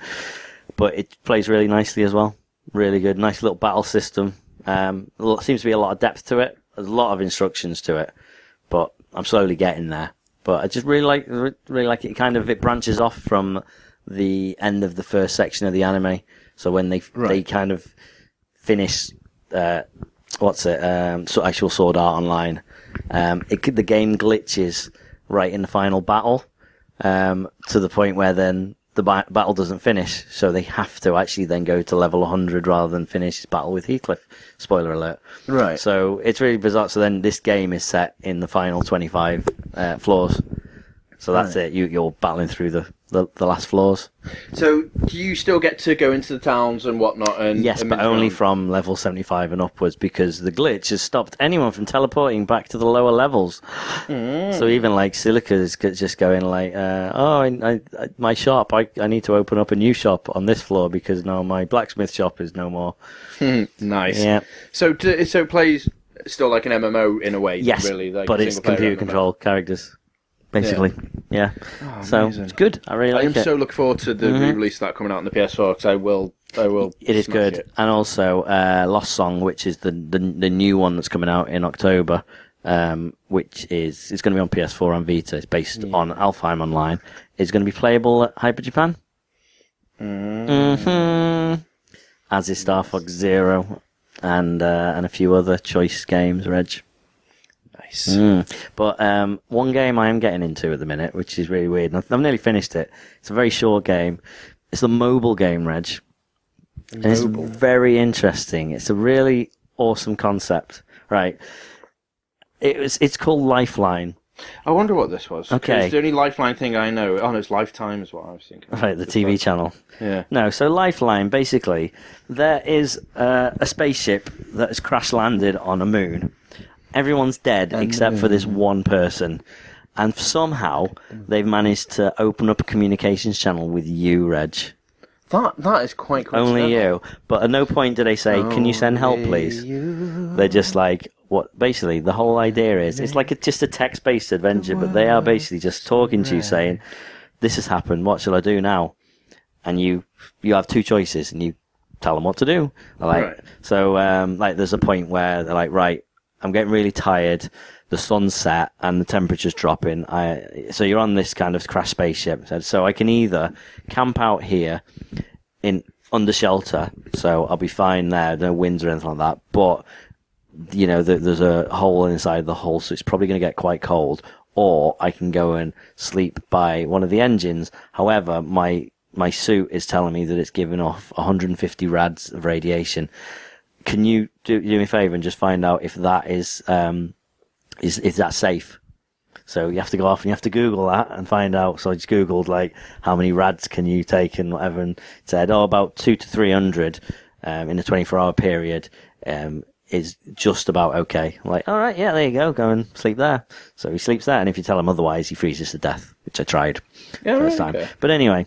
S1: But it plays really nicely as well. Really good, nice little battle system. Um, a lot- seems to be a lot of depth to it. There's a lot of instructions to it but I'm slowly getting there. But I just really like re- really like it. Kind of it branches off from the end of the first section of the anime. So when they they kind of finish uh, what's it um, so actual Sword Art Online, um, it could- the game glitches right in the final battle um, to the point where then the ba- battle doesn't finish. So they have to actually then go to level 100 rather than finish his battle with Heathcliff. Spoiler alert.
S3: Right.
S1: So it's really bizarre. So then this game is set in the final 25 uh, floors. So that's it. You, you're battling through the, the, the last floors.
S3: So, do you still get to go into the towns and whatnot? And
S1: Yes,
S3: and
S1: but
S3: mingle
S1: only
S3: around?
S1: from level 75 and upwards because the glitch has stopped anyone from teleporting back to the lower levels. So even like Silica is go- just going like, uh, oh, I, I, I- my shop, I, I need to open up a new shop on this floor because now my blacksmith shop is no more.
S3: Hmm, nice.
S1: Yeah.
S3: So, do, so it plays still like an MMO in a way.
S1: Yes,
S3: really. Like
S1: but it's
S3: single-player
S1: computer
S3: MMO.
S1: control characters, basically. Yeah. so
S3: Oh, amazing.
S1: it's good. I really
S3: I am
S1: like it. Mm-hmm.
S3: so looking forward to the re-release of that coming out on the PS4 because I will. I will.
S1: It is
S3: smash
S1: good,
S3: it.
S1: and also uh, Lost Song, which is the, the the new one that's coming out in October, um, which is it's going to be on PS4 and Vita. It's based on Alfheim Online. It's going to be playable at Hyper Japan.
S3: Mm-hmm.
S1: hmm As is Star Fox Zero, and uh, and a few other choice games, Reg.
S3: Nice.
S1: Mm. But um, one game I am getting into at the minute, which is really weird. and I've, I've nearly finished it. It's a very short game. It's the mobile game, Reg. And it's very interesting. It's a really awesome concept. Right. It was, it's called Lifeline.
S3: I wonder what this was. 'cause
S1: Okay.
S3: The only Lifeline thing I know. Oh, no, it's Lifetime is what I was thinking.
S1: Right, the TV channel.
S3: Yeah.
S1: No, so Lifeline, basically, there is uh, a spaceship that has crash landed on a moon. Everyone's dead except for this one person. And somehow they've managed to open up a communications channel with you, Reg.
S3: That that is quite.
S1: Only
S3: coincidental.
S1: you. But at no point do they say, Can you send help, please? They're just like, what? Basically, the whole idea is it's like a, just a text based adventure, but they are basically just talking to you saying, This has happened. What shall I do now? and you you have two choices and you tell them what to do like
S3: Right.
S1: so um like there's a point where they're like right i'm getting really tired the sun's set and the temperature's dropping i so you're on this kind of crash spaceship so i can either camp out here in under shelter, so I'll be fine there. No winds or anything like that. But you know, th there's a hole inside the hull, so it's probably going to get quite cold. Or I can go and sleep by one of the engines. However, my my suit is telling me that it's giving off 150 rads of radiation. Can you do, do me a favor and just find out if that is um, is is that safe? So you have to go off and you have to Google that and find out. So I just Googled like how many rads can you take and whatever, and it said oh about two to three hundred um, in a twenty four hour period um, is just about okay. I'm like all right, yeah, there you go, go and sleep there. So he sleeps there, and if you tell him otherwise, he freezes to death, which I tried
S3: Yeah,
S1: first
S3: right,
S1: time.
S3: okay.
S1: But anyway,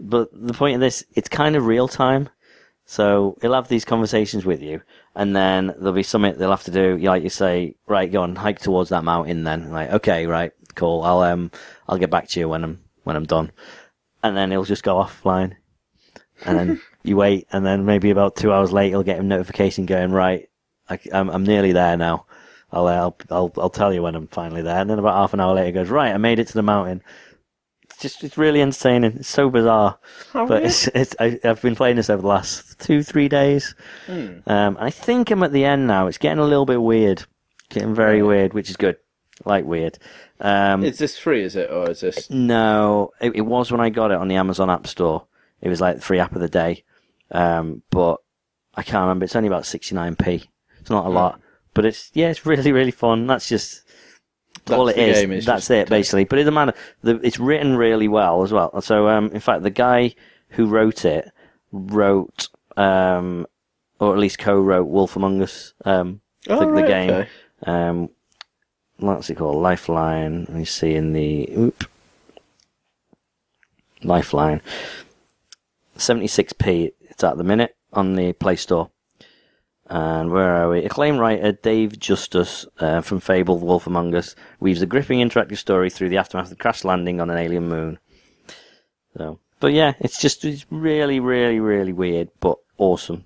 S1: but the point of this, it's kind of real time. So he'll have these conversations with you, and then there'll be something they'll have to do. You- Like you say, right, go on, hike towards that mountain. Then, like, okay, right, cool. I'll um, I'll get back to you when I'm when I'm done. And then he'll just go offline, and then you wait, and then maybe about two hours later, you'll get a notification going, right, I, am I'm nearly there now. I'll, uh, I'll I'll I'll tell you when I'm finally there. And then about half an hour later, he goes, right, I made it to the mountain. It's just it's really entertaining. It's so bizarre
S3: How
S1: but
S3: weird.
S1: it's, it's, I, I've been playing this over the last two, three days. Um, and I think I'm at the end now. It's getting a little bit weird, getting very weird, which is good. I Like weird. Um,
S3: Is this free? Is it or is this?
S1: no, it, it was when I got it on the Amazon App Store. It was like the free app of the day, um, but I can't remember. It's only about sixty nine p. It's
S3: Hmm.
S1: not a lot, but it's yeah, it's really really fun. That's just all it
S3: That's
S1: is.
S3: the game, it's
S1: That's it
S3: just-
S1: basically. But it doesn't matter. The, it's written really well as well. So um, in fact, the guy who wrote it wrote, um, or at least co-wrote Wolf Among Us, um,
S3: Oh,
S1: the, the
S3: right,
S1: game
S3: okay.
S1: um, what's it called? Lifeline. Let me see in the oop. Lifeline. 76p. It's at the minute on the Play Store. And where are we? Acclaimed writer Dave Justice uh, from Fable: The Wolf Among Us weaves a gripping interactive story through the aftermath of the crash landing on an alien moon. So, but yeah, it's just it's really, really, really weird, but awesome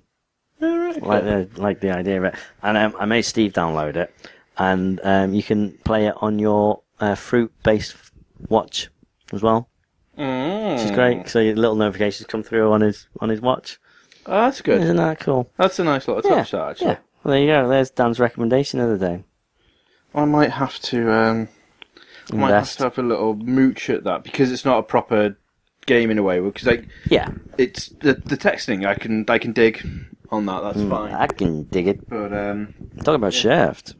S3: Oh, right, okay.
S1: like the like the idea of it. And um, I made Steve download it, and um, you can play it on your uh, fruit-based watch as well,
S3: Mm.
S1: which is great. So your little notifications come through on his on his watch.
S3: Oh, that's good.
S1: Isn't that cool?
S3: That's a nice little touch, that, actually.
S1: yeah. Well, there you go. There's Dan's recommendation of the day.
S3: I might have to. Um, I might have
S1: Invest.
S3: to have a little mooch at that because it's not a proper game in a way. Because like
S1: Yeah,
S3: it's the the texting, I can I can dig on that.
S1: Hmm.
S3: That's fine.
S1: I can dig it.
S3: But um,
S1: Talk about Shaft,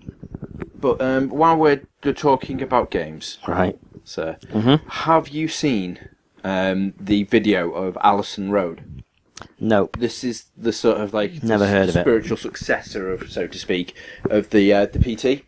S3: but um, while we're we're talking about games,
S1: right?
S3: sir,
S1: Mhm.
S3: have you seen um the video of Allison Road?
S1: Nope.
S3: this is the sort of like
S1: Never
S3: the
S1: heard of it.
S3: spiritual successor of so to speak of the uh, the PT.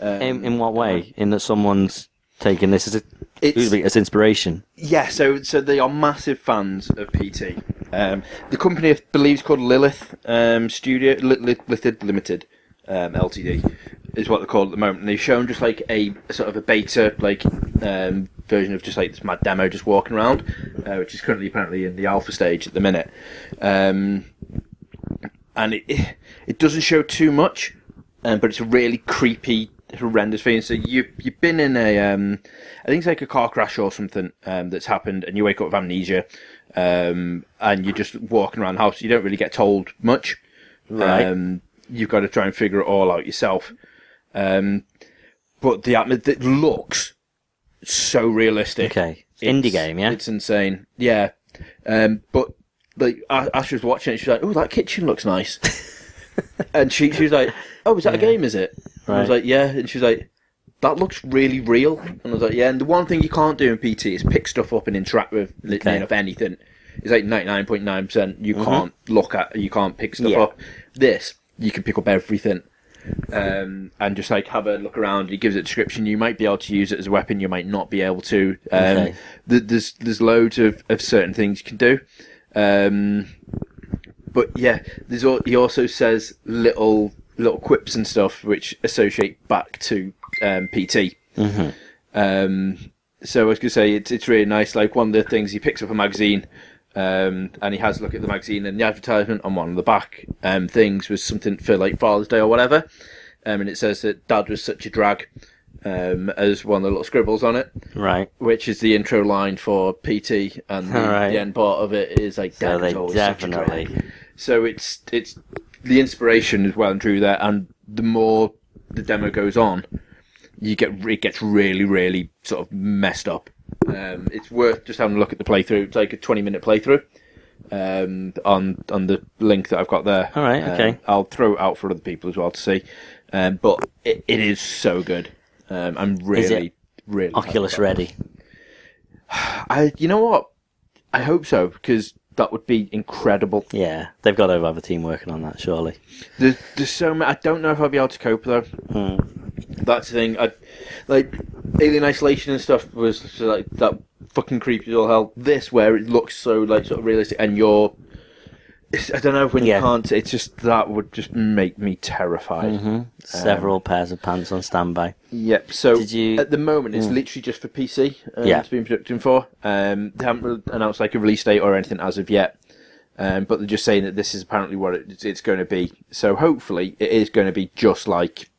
S3: Um,
S1: In, in what way? In that someone's taken this as a
S3: It's-
S1: excuse me, as inspiration.
S3: yeah, so so they are massive fans of PT. Um, the company I believe is called Lilith um, Studio Li- Li- Lilith Limited um, Ltd. is what they're called at the moment, and they've shown just like a sort of a beta like um, version of just like this mad demo just walking around, uh, which is currently apparently in the alpha stage at the minute. Um, and it it doesn't show too much, um, but it's a really creepy, horrendous thing. So you you've been in a um, I think it's like a car crash or something um, that's happened, and you wake up with amnesia, um, and you're just walking around the house. You don't really get told much.
S1: Right.
S3: Um, you've got to try and figure it all out yourself. Um, but the atmosphere it looks so realistic.
S1: Okay. Indie game, yeah.
S3: It's insane. Yeah. Um, but like A- Ash was watching it, she's like, "Oh, that kitchen looks nice," and she she was like, "Oh, is that a game? Is it?" And I was
S1: Right.
S3: like, "Yeah," and she was like, "That looks really real," and I was like, "Yeah." And the one thing you can't do in PT is pick stuff up and interact with literally
S1: Okay. Mm-hmm.
S3: enough anything. It's like ninety nine point nine percent you can't look at, you can't pick stuff
S1: Yeah.
S3: up. This you can pick up everything. Um, and just like have a look around. He gives it a description. You might be able to use it as a weapon. You might not be able to. Um,
S1: Okay.
S3: th- there's there's loads of, of certain things you can do. Um, but yeah, there's al- he also says little little quips and stuff which associate back to um, PT. Um, so I was gonna say it's it's really nice. Like one of the things he picks up a magazine, um, and he has a look at the magazine and the advertisement on one of the back um, things was something for like Father's Day or whatever, um, and it says that Dad was such a drag, um, as one of the little scribbles on it,
S1: Right.
S3: which is the intro line for PT, and the,
S1: All right.
S3: the end part of it is like,
S1: So
S3: "Dad was
S1: they
S3: always such a great
S1: definitely.
S3: So it's it's the inspiration is well and true there, and the more the demo goes on, you get it gets really really sort of messed up. Um, it's worth just having a look at the playthrough. It's like a twenty minute playthrough um, on on the link that I've got there.
S1: All right,
S3: Um,
S1: okay.
S3: I'll throw it out for other people as well to see, um, but it, it is so good. Um, I'm
S1: it
S3: really really happy
S1: Oculus
S3: about it.
S1: ready.
S3: I you know what? I hope so because that would be incredible.
S1: Yeah, they've got to have a team working on that, surely.
S3: There's, there's so many. I don't know if I'll be able to cope though. That's the thing. I like Alien Isolation and stuff was so, like that fucking creepy as all hell. This where it looks so like sort of realistic and you're. It's, I don't know when
S1: Yeah.
S3: you can't. It's just that would just make me terrified.
S1: Hmm? Mm-hmm. Several pairs of pants on standby.
S3: Yep. So
S1: Did you- Hmm.
S3: at the moment it's literally just for PC. Um,
S1: Yeah.
S3: It's been producing for. Um, they haven't re- announced like a release date or anything as of yet. Um, but they're just saying that this is apparently what it, it's going to be. So hopefully it is going to be just like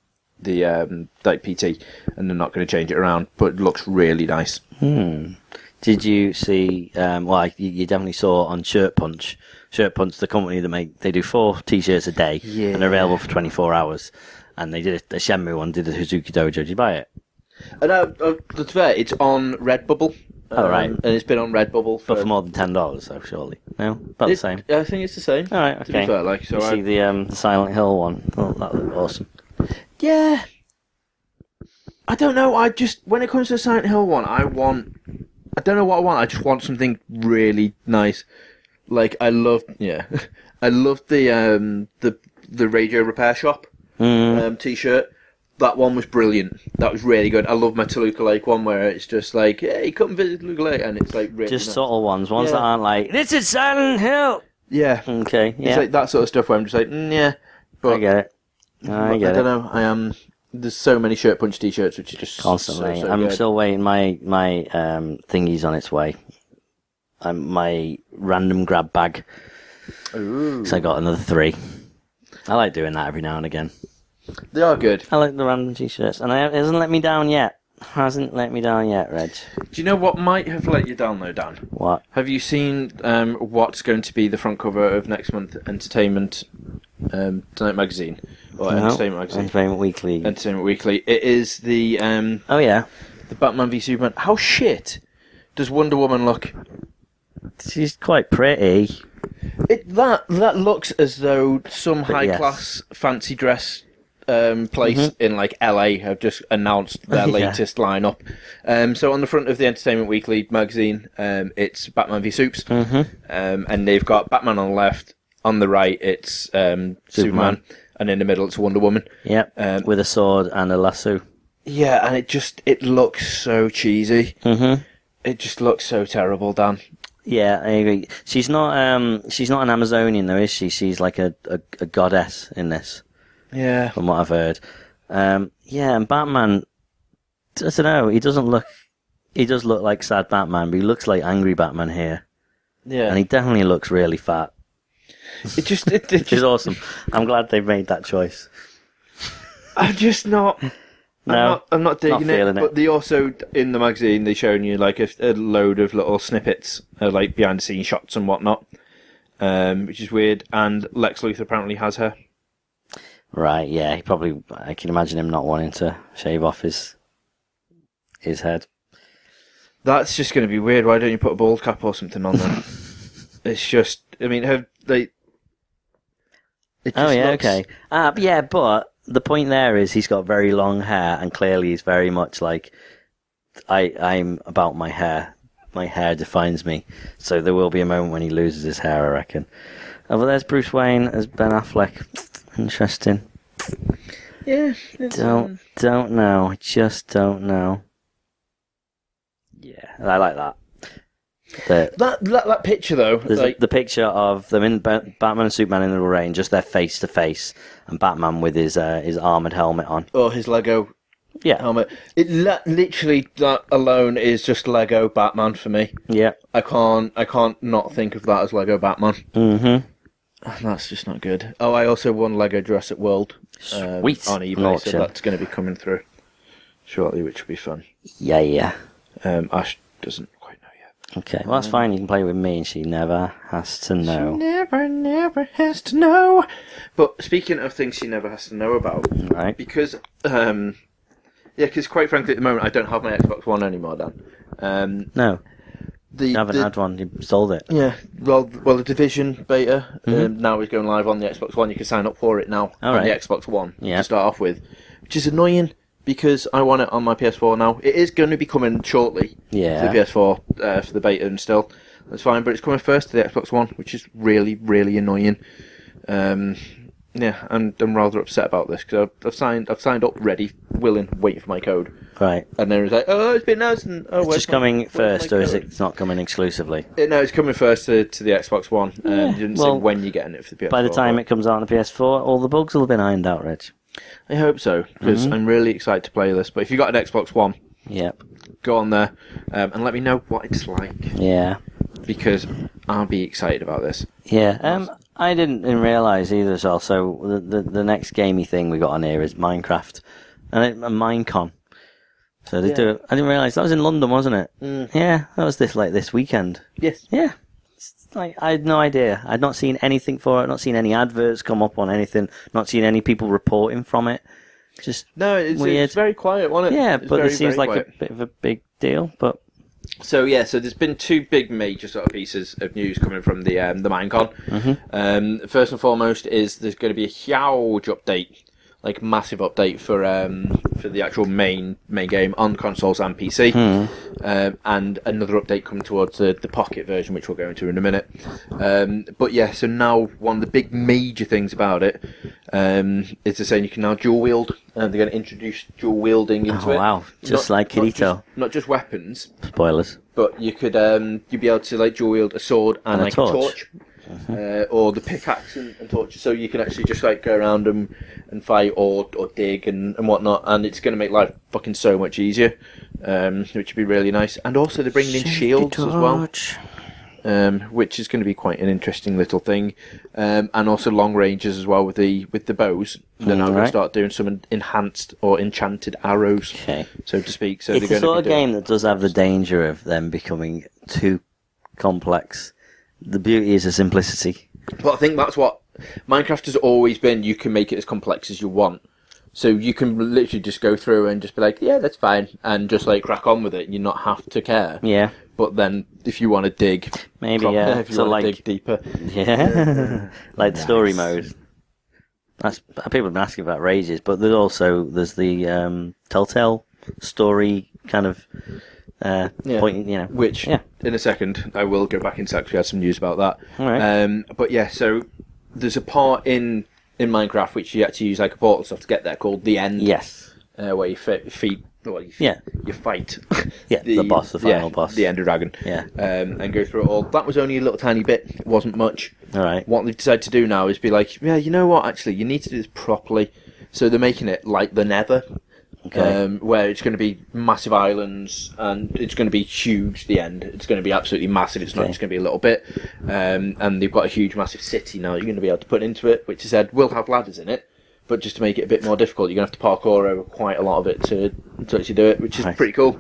S3: the um, like PT, and they're not going to change it around. But it looks really nice.
S1: Hmm. Did you see? Um, well, I- you, you definitely saw on Shirt Punch. Shirt Punch, the company that make they do four t-shirts a day
S3: Yeah.
S1: and they're available for 24 hours. And they did it. The Shenmue one did a Hazuki Dojo. Did you buy it?
S3: And uh, uh, that's fair. It's on Redbubble.
S1: Oh,
S3: um,
S1: right.
S3: And it's been on Redbubble for,
S1: But for more than ten dollars, though, surely. No, about the
S3: It-
S1: same.
S3: I think it's the same.
S1: All right,
S3: To
S1: okay.
S3: be fair, like so.
S1: you
S3: I-
S1: see the um, Silent Hill one. Oh, that looked awesome.
S3: Yeah. I don't know. I just when it comes to the Silent Hill one, I want. I don't know what I want. I just want something really nice. Like I love, yeah, I love the um the the radio repair shop
S1: Mm.
S3: um, t-shirt. That one was brilliant. That was really good. I love my Toluca Lake one where it's just like, hey, come visit Toluca Lake, and it's like really
S1: Just
S3: nice.
S1: subtle ones, ones that
S3: Yeah.
S1: aren't like this is Silent Hill.
S3: yeah,
S1: Okay, Mm, yeah,
S3: it's like that sort of stuff where I'm just like, mm, yeah, but
S1: I get it. I get
S3: don't
S1: it.
S3: know. I am. There's so many shirt punch t-shirts which are just
S1: Constantly,
S3: So, so
S1: I'm
S3: good.
S1: still waiting. My my um, thingy's on its way. Um, my random grab bag.
S3: Ooh.
S1: So I got another three. I like doing that every now and again.
S3: They are good.
S1: I like the random t-shirts, and I, it hasn't let me down yet. Hasn't let me down yet, Reg.
S3: Do you know what might have let you down though, Dan?
S1: What?
S3: Have you seen um, what's going to be the front cover of next month Entertainment um, Tonight magazine or
S1: No.
S3: Entertainment magazine?
S1: Entertainment Weekly.
S3: Entertainment Weekly. It is the um,
S1: oh yeah,
S3: the Batman v Superman. How shit does Wonder Woman look?
S1: she's quite pretty.
S3: It that that looks as though some high
S1: yes.
S3: class fancy dress um, place in like LA have just announced their
S1: Yeah.
S3: latest lineup. Um, so on the front of the Entertainment Weekly magazine, um, it's Batman v Supes,
S1: Mm-hmm.
S3: um, and they've got Batman on the left, on the right it's um, Superman.
S1: Superman.
S3: and in the middle it's Wonder Woman.
S1: Yep,
S3: Um,
S1: with a sword and a lasso.
S3: Yeah, and it just it looks so cheesy.
S1: Mhm.
S3: It just looks so terrible, Dan.
S1: Yeah, I agree. She's not. Um, she's not an Amazonian though, is she? She's like a, a, a goddess in this,
S3: Yeah,
S1: from what I've heard. Um, yeah, and Batman. I don't know. He doesn't look. He does look like sad Batman, but he looks like angry Batman here,
S3: yeah.
S1: and he definitely looks really fat,
S3: It just it, it
S1: which is
S3: just
S1: awesome. I'm glad they made that choice.
S3: I'm just not. I'm
S1: No,
S3: not, I'm not digging it,
S1: feeling it.
S3: But they also in the magazine they shown you like a, a load of little snippets, uh, like behind the scenes shots and whatnot, um, which is weird. And Lex Luthor apparently has her.
S1: right? Yeah, he probably. I can imagine him not wanting to shave off his his head.
S3: That's just going to be weird. Why don't you put a bald cap or something on there? it's just. I mean, have they? It
S1: Oh
S3: just
S1: yeah,
S3: looks-
S1: okay. Uh, but yeah, but the point there is he's got very long hair, and clearly he's very much like I. I'm about my hair. My hair defines me. So there will be a moment when he loses his hair, I reckon. Oh, but there's Bruce Wayne as Ben Affleck. Interesting.
S3: Yeah. it's, um,
S1: Don't don't know. I Just don't know. Yeah, I like that. The,
S3: That, that that picture though,
S1: there's
S3: like
S1: the picture of them in Ba- Batman and Superman in the rain, just their face to face, and Batman with his uh, his armored helmet on.
S3: or oh, his Lego
S1: Yeah,
S3: helmet. It li- literally that alone is just Lego Batman for me.
S1: yeah.
S3: I can't I can't not think of that as Lego Batman.
S1: Mm-hmm.
S3: That's just not good. Oh, I also won Lego Jurassic World um,
S1: Sweet.
S3: on eBay,
S1: An auction.
S3: so that's going to be coming through. shortly, which will be fun.
S1: Yeah, yeah.
S3: Um, Ash doesn't quite know yet.
S1: Okay, well, that's fine. You can play with me, and she never has to know.
S3: Never, never has to know. But speaking of things she never has to know about,
S1: Right?
S3: because um, yeah, because quite frankly, at the moment, I don't have my Xbox One anymore, Dan. Um,
S1: No,
S3: the,
S1: you haven't
S3: the-
S1: had one. You sold it.
S3: Yeah, well, th- well, the Division beta um, now is going live on the Xbox One. You can sign up for it now
S1: Mm-hmm. All
S3: on the
S1: right.
S3: Xbox One
S1: Yeah.
S3: to start off with, which is annoying because I want it on my PS4 now. It is going to be coming shortly
S1: Yeah.
S3: to the PS4 uh, for the beta and still that's fine, but it's coming first to the Xbox One, which is really really annoying. Um, yeah, and I'm rather upset about this because I've, I've signed I've signed up, ready, willing, waiting for my code,
S1: Right.
S3: and then it's like, oh, it's been announced. And, oh,
S1: It's
S3: where's
S1: just
S3: my-
S1: coming
S3: where's
S1: first,
S3: my
S1: or is
S3: code?
S1: it it's not coming exclusively?
S3: Uh, No, it's coming first to, to the Xbox One. Um,
S1: Yeah,
S3: you didn't
S1: well,
S3: say when you're getting it for the PS4.
S1: By the time
S3: but
S1: it comes out on the PS4, all the bugs will have been ironed out, Rich.
S3: I hope so because
S1: Mm-hmm.
S3: I'm really excited to play this. But if you got an Xbox One,
S1: Yep.
S3: go on there um, and let me know what it's like
S1: Yeah.
S3: because I'll be excited about this.
S1: Yeah. Um, I didn't realise either as well. So the, the the next gamey thing we got on here is Minecraft, and it, and Minecon. So they do. it. I didn't realise that was in London, wasn't it?
S3: Mm.
S1: Yeah, that was this like this weekend.
S3: Yes.
S1: Yeah. It's Like I had no idea. I'd not seen anything for it. Not seen any adverts come up on anything. Not seen any people reporting from it. Just
S3: No, it's,
S1: Weird.
S3: it's very quiet, wasn't it?
S1: yeah,
S3: It's
S1: but
S3: very,
S1: it seems
S3: very
S1: like a
S3: quiet.
S1: bit of a big deal. But
S3: So yeah, so there's been two big major sort of pieces of news coming from the um, the Minecon.
S1: Mm-hmm.
S3: Um, first and foremost is there's going to be a huge update, like massive update for um, for the actual main main game on consoles and PC,
S1: Hmm.
S3: um, and another update coming towards the, the Pocket version, which we'll go into in a minute. Um, but yeah, so now one of the big major things about it um, is they're saying you can now dual wield, and they're going to introduce dual wielding into
S1: Oh,
S3: it.
S1: wow. Just like
S3: not
S1: Kirito.
S3: just- not just weapons
S1: spoilers.
S3: but you could um, you'd be able to like dual wield a sword
S1: And
S3: and,
S1: a
S3: like
S1: torch.
S3: a torch, uh, or the pickaxe and, and torches. So you can actually just like go around and and fight or or dig and, and whatnot. And it's going to make life fucking so much easier, um, which would be really nice. And also they're bringing in shields as well, um, which is going to be quite an interesting little thing. Um, and also long ranges as well with the with the bows. They're now going
S1: Alright.
S3: to start doing some en- enhanced or enchanted arrows,
S1: Okay.
S3: so to speak. So
S1: It's
S3: they're
S1: the
S3: going to
S1: sort of
S3: be doing-
S1: game that does have the danger of them becoming too complex. The beauty is the simplicity.
S3: But I think that's what Minecraft has always been. You can make it as complex as you want. So you can literally just go through and just be like, yeah, that's fine, and just like crack on with it. You not have to care.
S1: Yeah.
S3: But then, if you want to dig,
S1: Maybe,
S3: proper-
S1: yeah,
S3: if you
S1: so
S3: want to
S1: like-
S3: dig deeper,
S1: Yeah. like the story mode. That's people have been asking about rages, but there's also there's the um, telltale story kind of uh,
S3: Yeah.
S1: point. You know,
S3: which
S1: yeah,
S3: in a second I will go back into that 'cause we had some news about that.
S1: All right.
S3: Um, but yeah, so there's a part in in Minecraft which you actually use like a portal stuff to get there called the end.
S1: yes,
S3: uh, where you fit, feed, well, you,
S1: Yeah.
S3: you fight,
S1: Yeah, the boss, the final
S3: yeah,
S1: boss.
S3: the Ender Dragon,
S1: Yeah.
S3: um, and go through it all. That was only a little tiny bit; it wasn't much.
S1: all right,
S3: What they've decided to do now is be like, yeah, you know what? Actually, you need to do this properly. So they're making it like the Nether,
S1: okay,
S3: um, where it's going to be massive islands and it's going to be huge. The end. It's going to be absolutely massive. It's
S1: Okay.
S3: not just going to be a little bit. Um, and they've got a huge, massive city now. You're going to be able to put into it, which is said will have ladders in it, but just to make it a bit more difficult, you're going to have to parkour over quite a lot of it to to actually do it, which is
S1: Nice.
S3: pretty cool.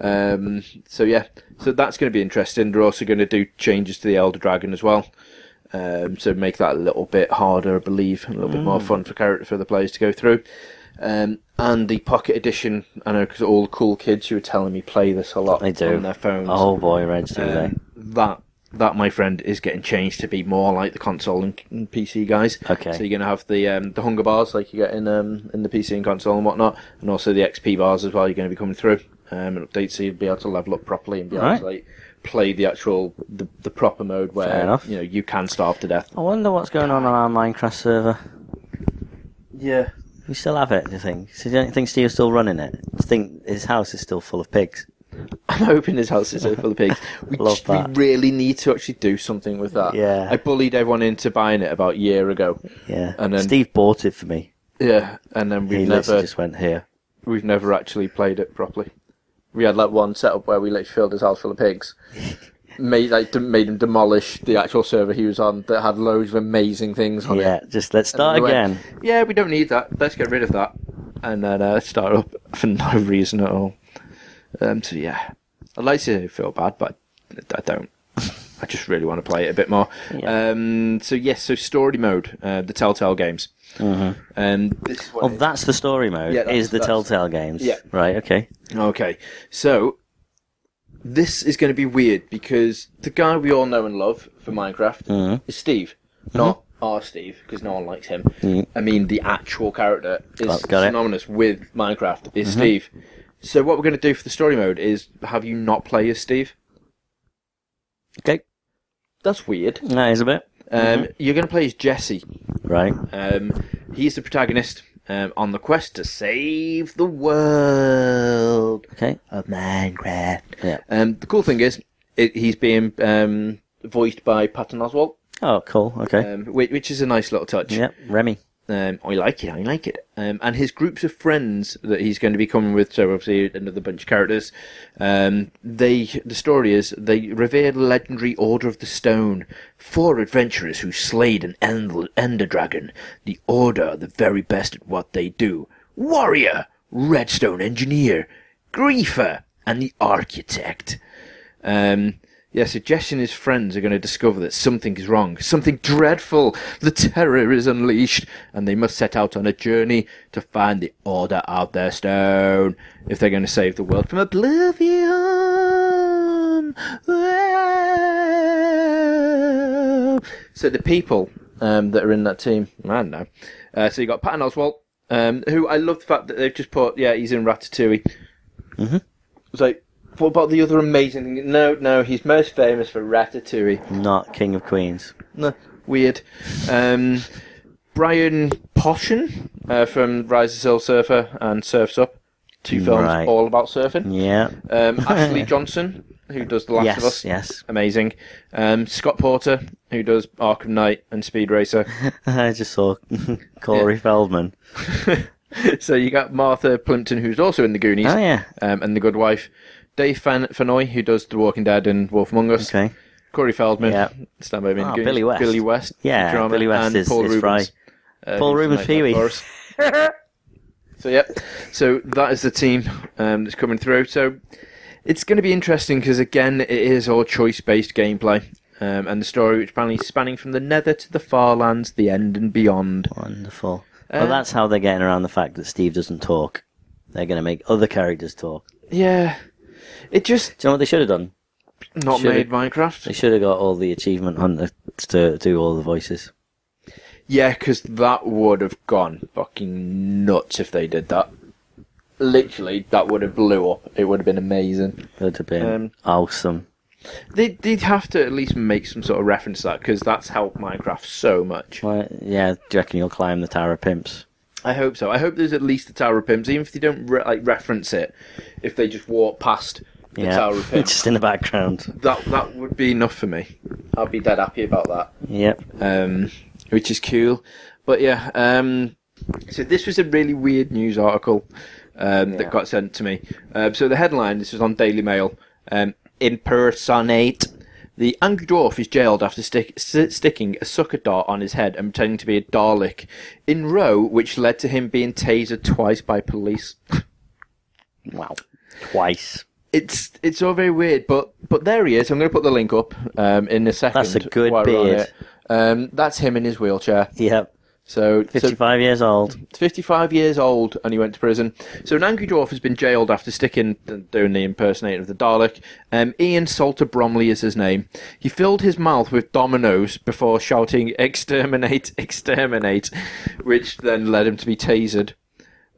S3: Um, so yeah, so that's going to be interesting. They're also going to do changes to the Elder Dragon as well. Um, so make that a little bit harder, I believe, and a little bit
S1: Mm.
S3: more fun for character for the players to go through. Um, and the Pocket Edition, I know because all the cool kids who were telling me play this a lot
S1: they do
S3: on their phones.
S1: Oh boy, reg do they?
S3: Um, that that my friend is getting changed to be more like the console and, and PC guys.
S1: Okay.
S3: So you're gonna have the um, the hunger bars like you get in um, in the PC and console and whatnot, and also the XP bars as well. You're gonna be coming through um, and updates so you'll be able to level up properly and be able
S1: Alright.
S3: to like play the actual the, the proper mode
S1: Fair
S3: where
S1: enough.
S3: you know you can starve to death.
S1: I wonder what's going on on our Minecraft server.
S3: Yeah.
S1: We still have it, do you think? So do you think Steve's still running it? Do you think his house is still full of pigs?
S3: I'm hoping his house is so full of pigs. We,
S1: Love
S3: just- we
S1: that.
S3: really need to actually do something with that.
S1: Yeah.
S3: I bullied everyone into buying it about a year ago.
S1: Yeah.
S3: And then-
S1: Steve bought it for me.
S3: Yeah. And then
S1: He
S3: we've
S1: literally
S3: never
S1: just went here.
S3: we've never actually played it properly. We had like one setup where we literally filled his house full of pigs, made like dem- made him demolish the actual server he was on that had loads of amazing things on it.
S1: Yeah, just let's start
S3: We went,
S1: again.
S3: yeah, we don't need that. Let's get rid of that, and then uh, start up for no reason at all. Um, so yeah, I'd like to feel bad, but I, I don't. I just really want to play it a bit more.
S1: Yeah.
S3: Um, so yes, so story mode, uh, the Telltale games. Mm-hmm. Um, this is what
S1: Oh,
S3: it is.
S1: that's the story mode.
S3: Yeah, that's-
S1: is the
S3: that's-
S1: Telltale games?
S3: Yeah.
S1: Right. Okay.
S3: Okay, so this is going to be weird because the guy we all know and love for Minecraft
S1: Mm-hmm.
S3: is Steve, not our Steve, because no one likes him. I mean, the actual character is
S1: Mm-hmm. Got- got it. Mm-hmm.
S3: synonymous with Minecraft is Steve. So what we're going to do for the story mode is have you not play as Steve?
S1: Okay.
S3: That's weird.
S1: That is a bit.
S3: Um,
S1: Mm-hmm.
S3: You're going to play as Jesse.
S1: Right.
S3: Um, he's the protagonist um, on the quest to save the world
S1: Okay.
S3: of Minecraft.
S1: Yeah.
S3: Um, the cool thing is, it, he's being um, voiced by Patton Oswalt,
S1: Oh, cool. Okay.
S3: um, which, which is a nice little touch.
S1: yeah. Remy.
S3: Um, I like it. I like it. Um, and his groups of friends that he's going to be coming with, so obviously another bunch of characters. Um, they the story is they revere the legendary Order of the Stone, four adventurers who slayed an end- Ender Dragon. The Order are the very best at what they do. Warrior, Redstone Engineer, Griefer, and the Architect. Um, yeah, so Jess and his friends are going to discover that something is wrong, something dreadful. The terror is unleashed, and they must set out on a journey to find the order of their stone if they're going to save the world from oblivion. So the people um, that are in that team, I don't know. Uh, so you got Patton Oswalt, um, who I love the fact that they've just put, yeah, he's in Ratatouille. It's like, what about the other amazing thing? No, no, he's most famous for Ratatouille.
S1: Not King of Queens.
S3: No, weird. Um, Brian Poshen uh, from Rise of Soul Surfer and Surfs Up. Two films
S1: Right.
S3: all about surfing.
S1: Yeah.
S3: Um, Ashley Johnson, who does The Last of
S1: yes.
S3: Us.
S1: Yes.
S3: Amazing. Um, Scott Porter, who does Arkham Knight and Speed Racer.
S1: I just saw Corey Feldman.
S3: so you got Martha Plimpton, who's also in The Goonies
S1: Oh yeah.
S3: um, and The Good Wife. Dave Fan- Fanoy, who does The Walking Dead and Wolf Among Us.
S1: Okay.
S3: Corey Feldman,
S1: Yeah.
S3: Stand By Me, and
S1: Ah,
S3: Goonies.
S1: Billy West.
S3: Billy West,
S1: Yeah,
S3: drama,
S1: Billy West
S3: and
S1: is-
S3: Paul
S1: is
S3: Rubens. uh,
S1: Paul
S3: who's
S1: Rubens
S3: made that
S1: Pee-wee.
S3: for us. so yep, so that is the team um, that's coming through. So it's going to be interesting because again, it is all choice-based gameplay. Um, and the story, which apparently is spanning from the Nether to the Far Lands, the End and beyond.
S1: Wonderful.
S3: Um,
S1: well, that's how they're getting around the fact that Steve doesn't talk. They're going to make other characters talk.
S3: Yeah, it just
S1: Do you know what they should have done?
S3: not
S1: Should
S3: made
S1: it-
S3: Minecraft.
S1: They should have got all the achievement hunters to do all the voices.
S3: Yeah, because that would have gone fucking nuts if they did that. Literally, that would have blew up. It would have been amazing.
S1: That would have been
S3: Um,
S1: awesome.
S3: They'd, they'd have to at least make some sort of reference to that because that's helped Minecraft so much.
S1: Why yeah, do you reckon you'll climb the Tower of Pimps?
S3: I hope so. I hope there's at least the Tower of Pimps, even if they don't re- like reference it. If they just walk past the
S1: yeah,
S3: Tower of Pimps,
S1: just in the background.
S3: that that would be enough for me. I'd be dead happy about that.
S1: Yep.
S3: um, which is cool. But yeah, um, so this was a really weird news article um, that got sent to me. Uh, so the headline this was on Daily Mail: um, Impersonate. The angry dwarf is jailed after stick, st- sticking a sucker dart on his head and pretending to be a Dalek in row, which led to him being tasered twice by police.
S1: Wow. Twice.
S3: It's it's all very weird, but but there he is. I'm going to put the link up um, in a second.
S1: That's a good
S3: while we're on
S1: beard.
S3: it. Um, that's him in his wheelchair.
S1: Yep.
S3: So so-
S1: Fifty-five years old.
S3: 55 years old and he went to prison. So an angry dwarf has been jailed after sticking doing the impersonation of the Dalek. Um, Ian Salter Bromley is his name. He filled his mouth with dominoes before shouting "exterminate, exterminate," which then led him to be tasered.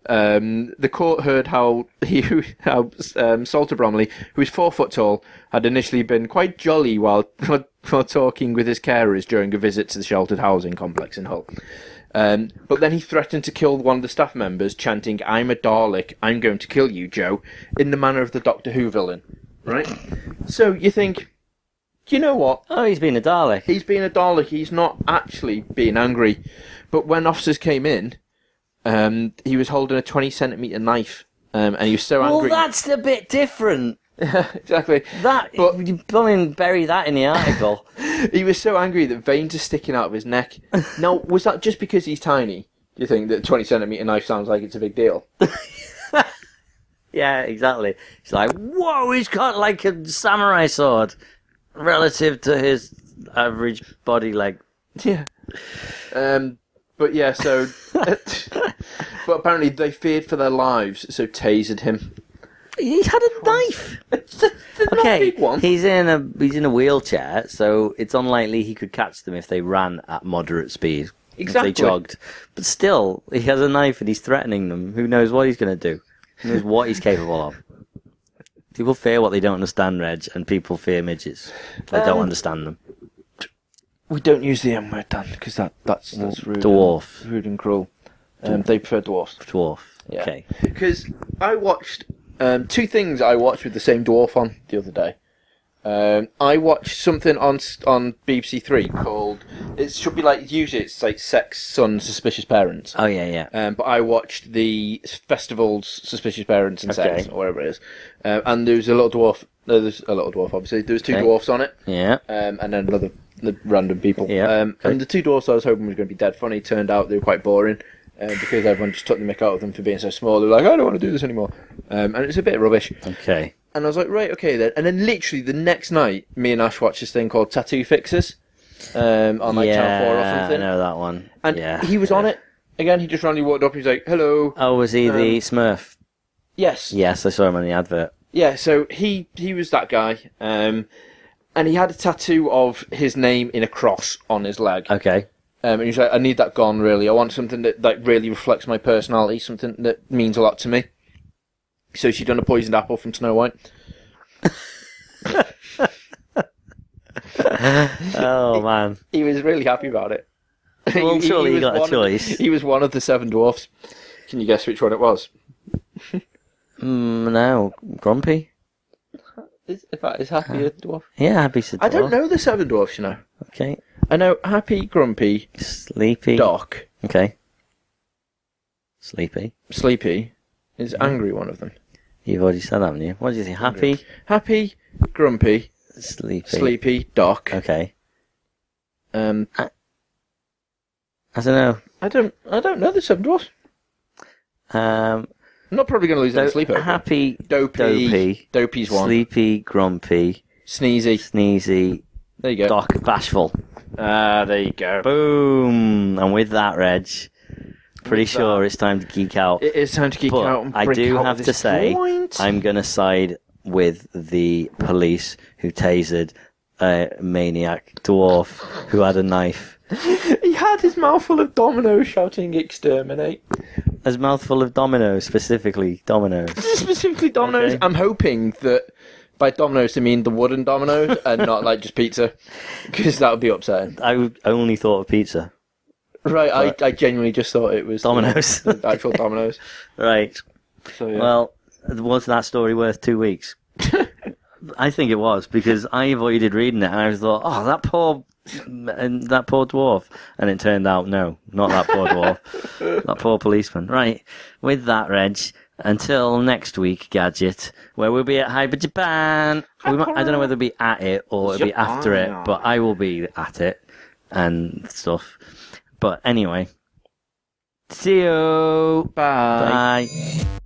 S3: Um, the court heard how he, how um, Salter Bromley, who is four foot tall, had initially been quite jolly while, while talking with his carers during a visit to the sheltered housing complex in Hull. Um, but then he threatened to kill one of the staff members, chanting, "I'm a Dalek. I'm going to kill you, Joe," in the manner of the Doctor Who villain. Right. So you think, you know what?
S1: Oh, he's been a Dalek.
S3: he's being a Dalek. He's not actually being angry. But when officers came in, um, he was holding a 20 centimeter knife, um, and he was so
S1: Well,
S3: angry.
S1: that's a bit different.
S3: exactly.
S1: That
S3: But-
S1: you blooming bury that in the article.
S3: He was so angry that veins are sticking out of his neck. now, was that just because he's tiny? Do you think that 20 centimeter knife sounds like it's a big deal?
S1: yeah, exactly. He's like, whoa, he's got like a samurai sword relative to his average body length.
S3: Yeah. Um, but yeah, so. but apparently they feared for their lives, so tasered him.
S1: He had a knife.
S3: okay.
S1: Okay, he's in a he's in a wheelchair, so it's unlikely he could catch them if they ran at moderate speed.
S3: Exactly.
S1: If they jogged, but still, he has a knife and he's threatening them. Who knows what he's going to do? Who knows what he's capable of? People fear what they don't understand, Reg, and people fear midgets. They don't
S3: Um,
S1: understand them.
S3: we don't use the M word, Dan, because that, that's, that's rude.
S1: Dwarf.
S3: and- Rude and cruel. Um, they prefer dwarfs.
S1: Dwarf.
S3: Yeah.
S1: Okay.
S3: Because I watched um, two things I watched with the same dwarf on the other day. Um, I watched something on s- on BBC Three called it should be like usually it's like Sex, Son, Suspicious Parents.
S1: Oh yeah, yeah.
S3: Um, but I watched the festival's Suspicious Parents and Sex
S1: Okay.
S3: or whatever it is, um, and there was a little dwarf. No, there's a little dwarf. Obviously, there was two
S1: Okay.
S3: dwarfs on it,
S1: yeah.
S3: um, and then another the random people.
S1: Yeah,
S3: Um,
S1: okay.
S3: And the two dwarfs I was hoping was going to be dead funny turned out they were quite boring um, because everyone just took the mick out of them for being so small. They were like, I don't want to do this anymore. Um, and it's a bit rubbish.
S1: Okay.
S3: And I was like, right, okay then. And then literally the next night, me and Ash watched this thing called Tattoo Fixers um, on like
S1: yeah,
S3: Channel 4 or something.
S1: I know that one.
S3: And
S1: yeah,
S3: he was
S1: yeah.
S3: on it. Again, he just randomly walked up and he was like, hello.
S1: Oh, was he the
S3: Um,
S1: Smurf?
S3: Yes.
S1: Yes, I saw him on the advert.
S3: Yeah, so he he was that guy, um, and he had a tattoo of his name in a cross on his leg.
S1: Okay.
S3: Um, and he's like, I need that gone, really. I want something that, that really reflects my personality, something that means a lot to me. So she done a poisoned apple from Snow White.
S1: Oh man.
S3: He was really happy about it.
S1: Well, surely he
S3: was
S1: got a
S3: one of the-
S1: choice.
S3: he was one of the seven dwarfs. Can you guess which one it was?
S1: Mm, no, grumpy. Uh,
S3: Is, if that is Happy a dwarf?
S1: Yeah, happy to.
S3: I don't
S1: dwarf.
S3: know the seven dwarfs, you know.
S1: Okay,
S3: I know Happy, Grumpy,
S1: sleepy.
S3: Doc,
S1: Okay, sleepy.
S3: Sleepy is angry one of them.
S1: You've already said that, haven't you? What do you think? Happy,
S3: Happy, Grumpy,
S1: sleepy.
S3: Sleepy, Doc.
S1: Okay.
S3: Um,
S1: I don't
S3: I don't, I don't know the seven dwarfs.
S1: know. Um,
S3: I'm not probably going to lose any
S1: do-
S3: sleep over. it.
S1: happy,
S3: Dopey.
S1: dopey,
S3: Dopey's one.
S1: sleepy, grumpy,
S3: Sneezy.
S1: sneezy,
S3: There you go.
S1: doc, bashful.
S3: Ah, there you go.
S1: Boom! And with that, Reg, pretty
S3: With that.
S1: sure it's time to geek out.
S3: It is time to geek out
S1: But
S3: and
S1: I
S3: break
S1: do
S3: out
S1: have
S3: this
S1: to say,
S3: point.
S1: I'm going to side with the police who tasered a maniac dwarf who had a knife.
S3: He had his mouthful of dominoes shouting exterminate.
S1: His mouthful of dominoes, specifically dominoes.
S3: Specifically dominoes.
S1: Okay.
S3: I'm hoping that by dominoes they mean the wooden dominoes and not like just pizza, because that would be upsetting.
S1: I only thought of pizza.
S3: Right, I, I genuinely just thought it was the-
S1: Dominoes.
S3: the actual dominoes.
S1: Right.
S3: So yeah.
S1: Well, was that story worth two weeks? I think it was because I avoided reading it, and I thought, "Oh, that poor, and that poor dwarf." And it turned out, no, not that poor dwarf, that poor policeman. Right, with that, Reg. Until next week, gadget, where we'll be at Hyper Japan. We might, I don't know whether we'll be at it or it'll be after it,
S3: Japan.
S1: but I will be at it and stuff. But anyway, see you.
S3: Bye.
S1: Bye.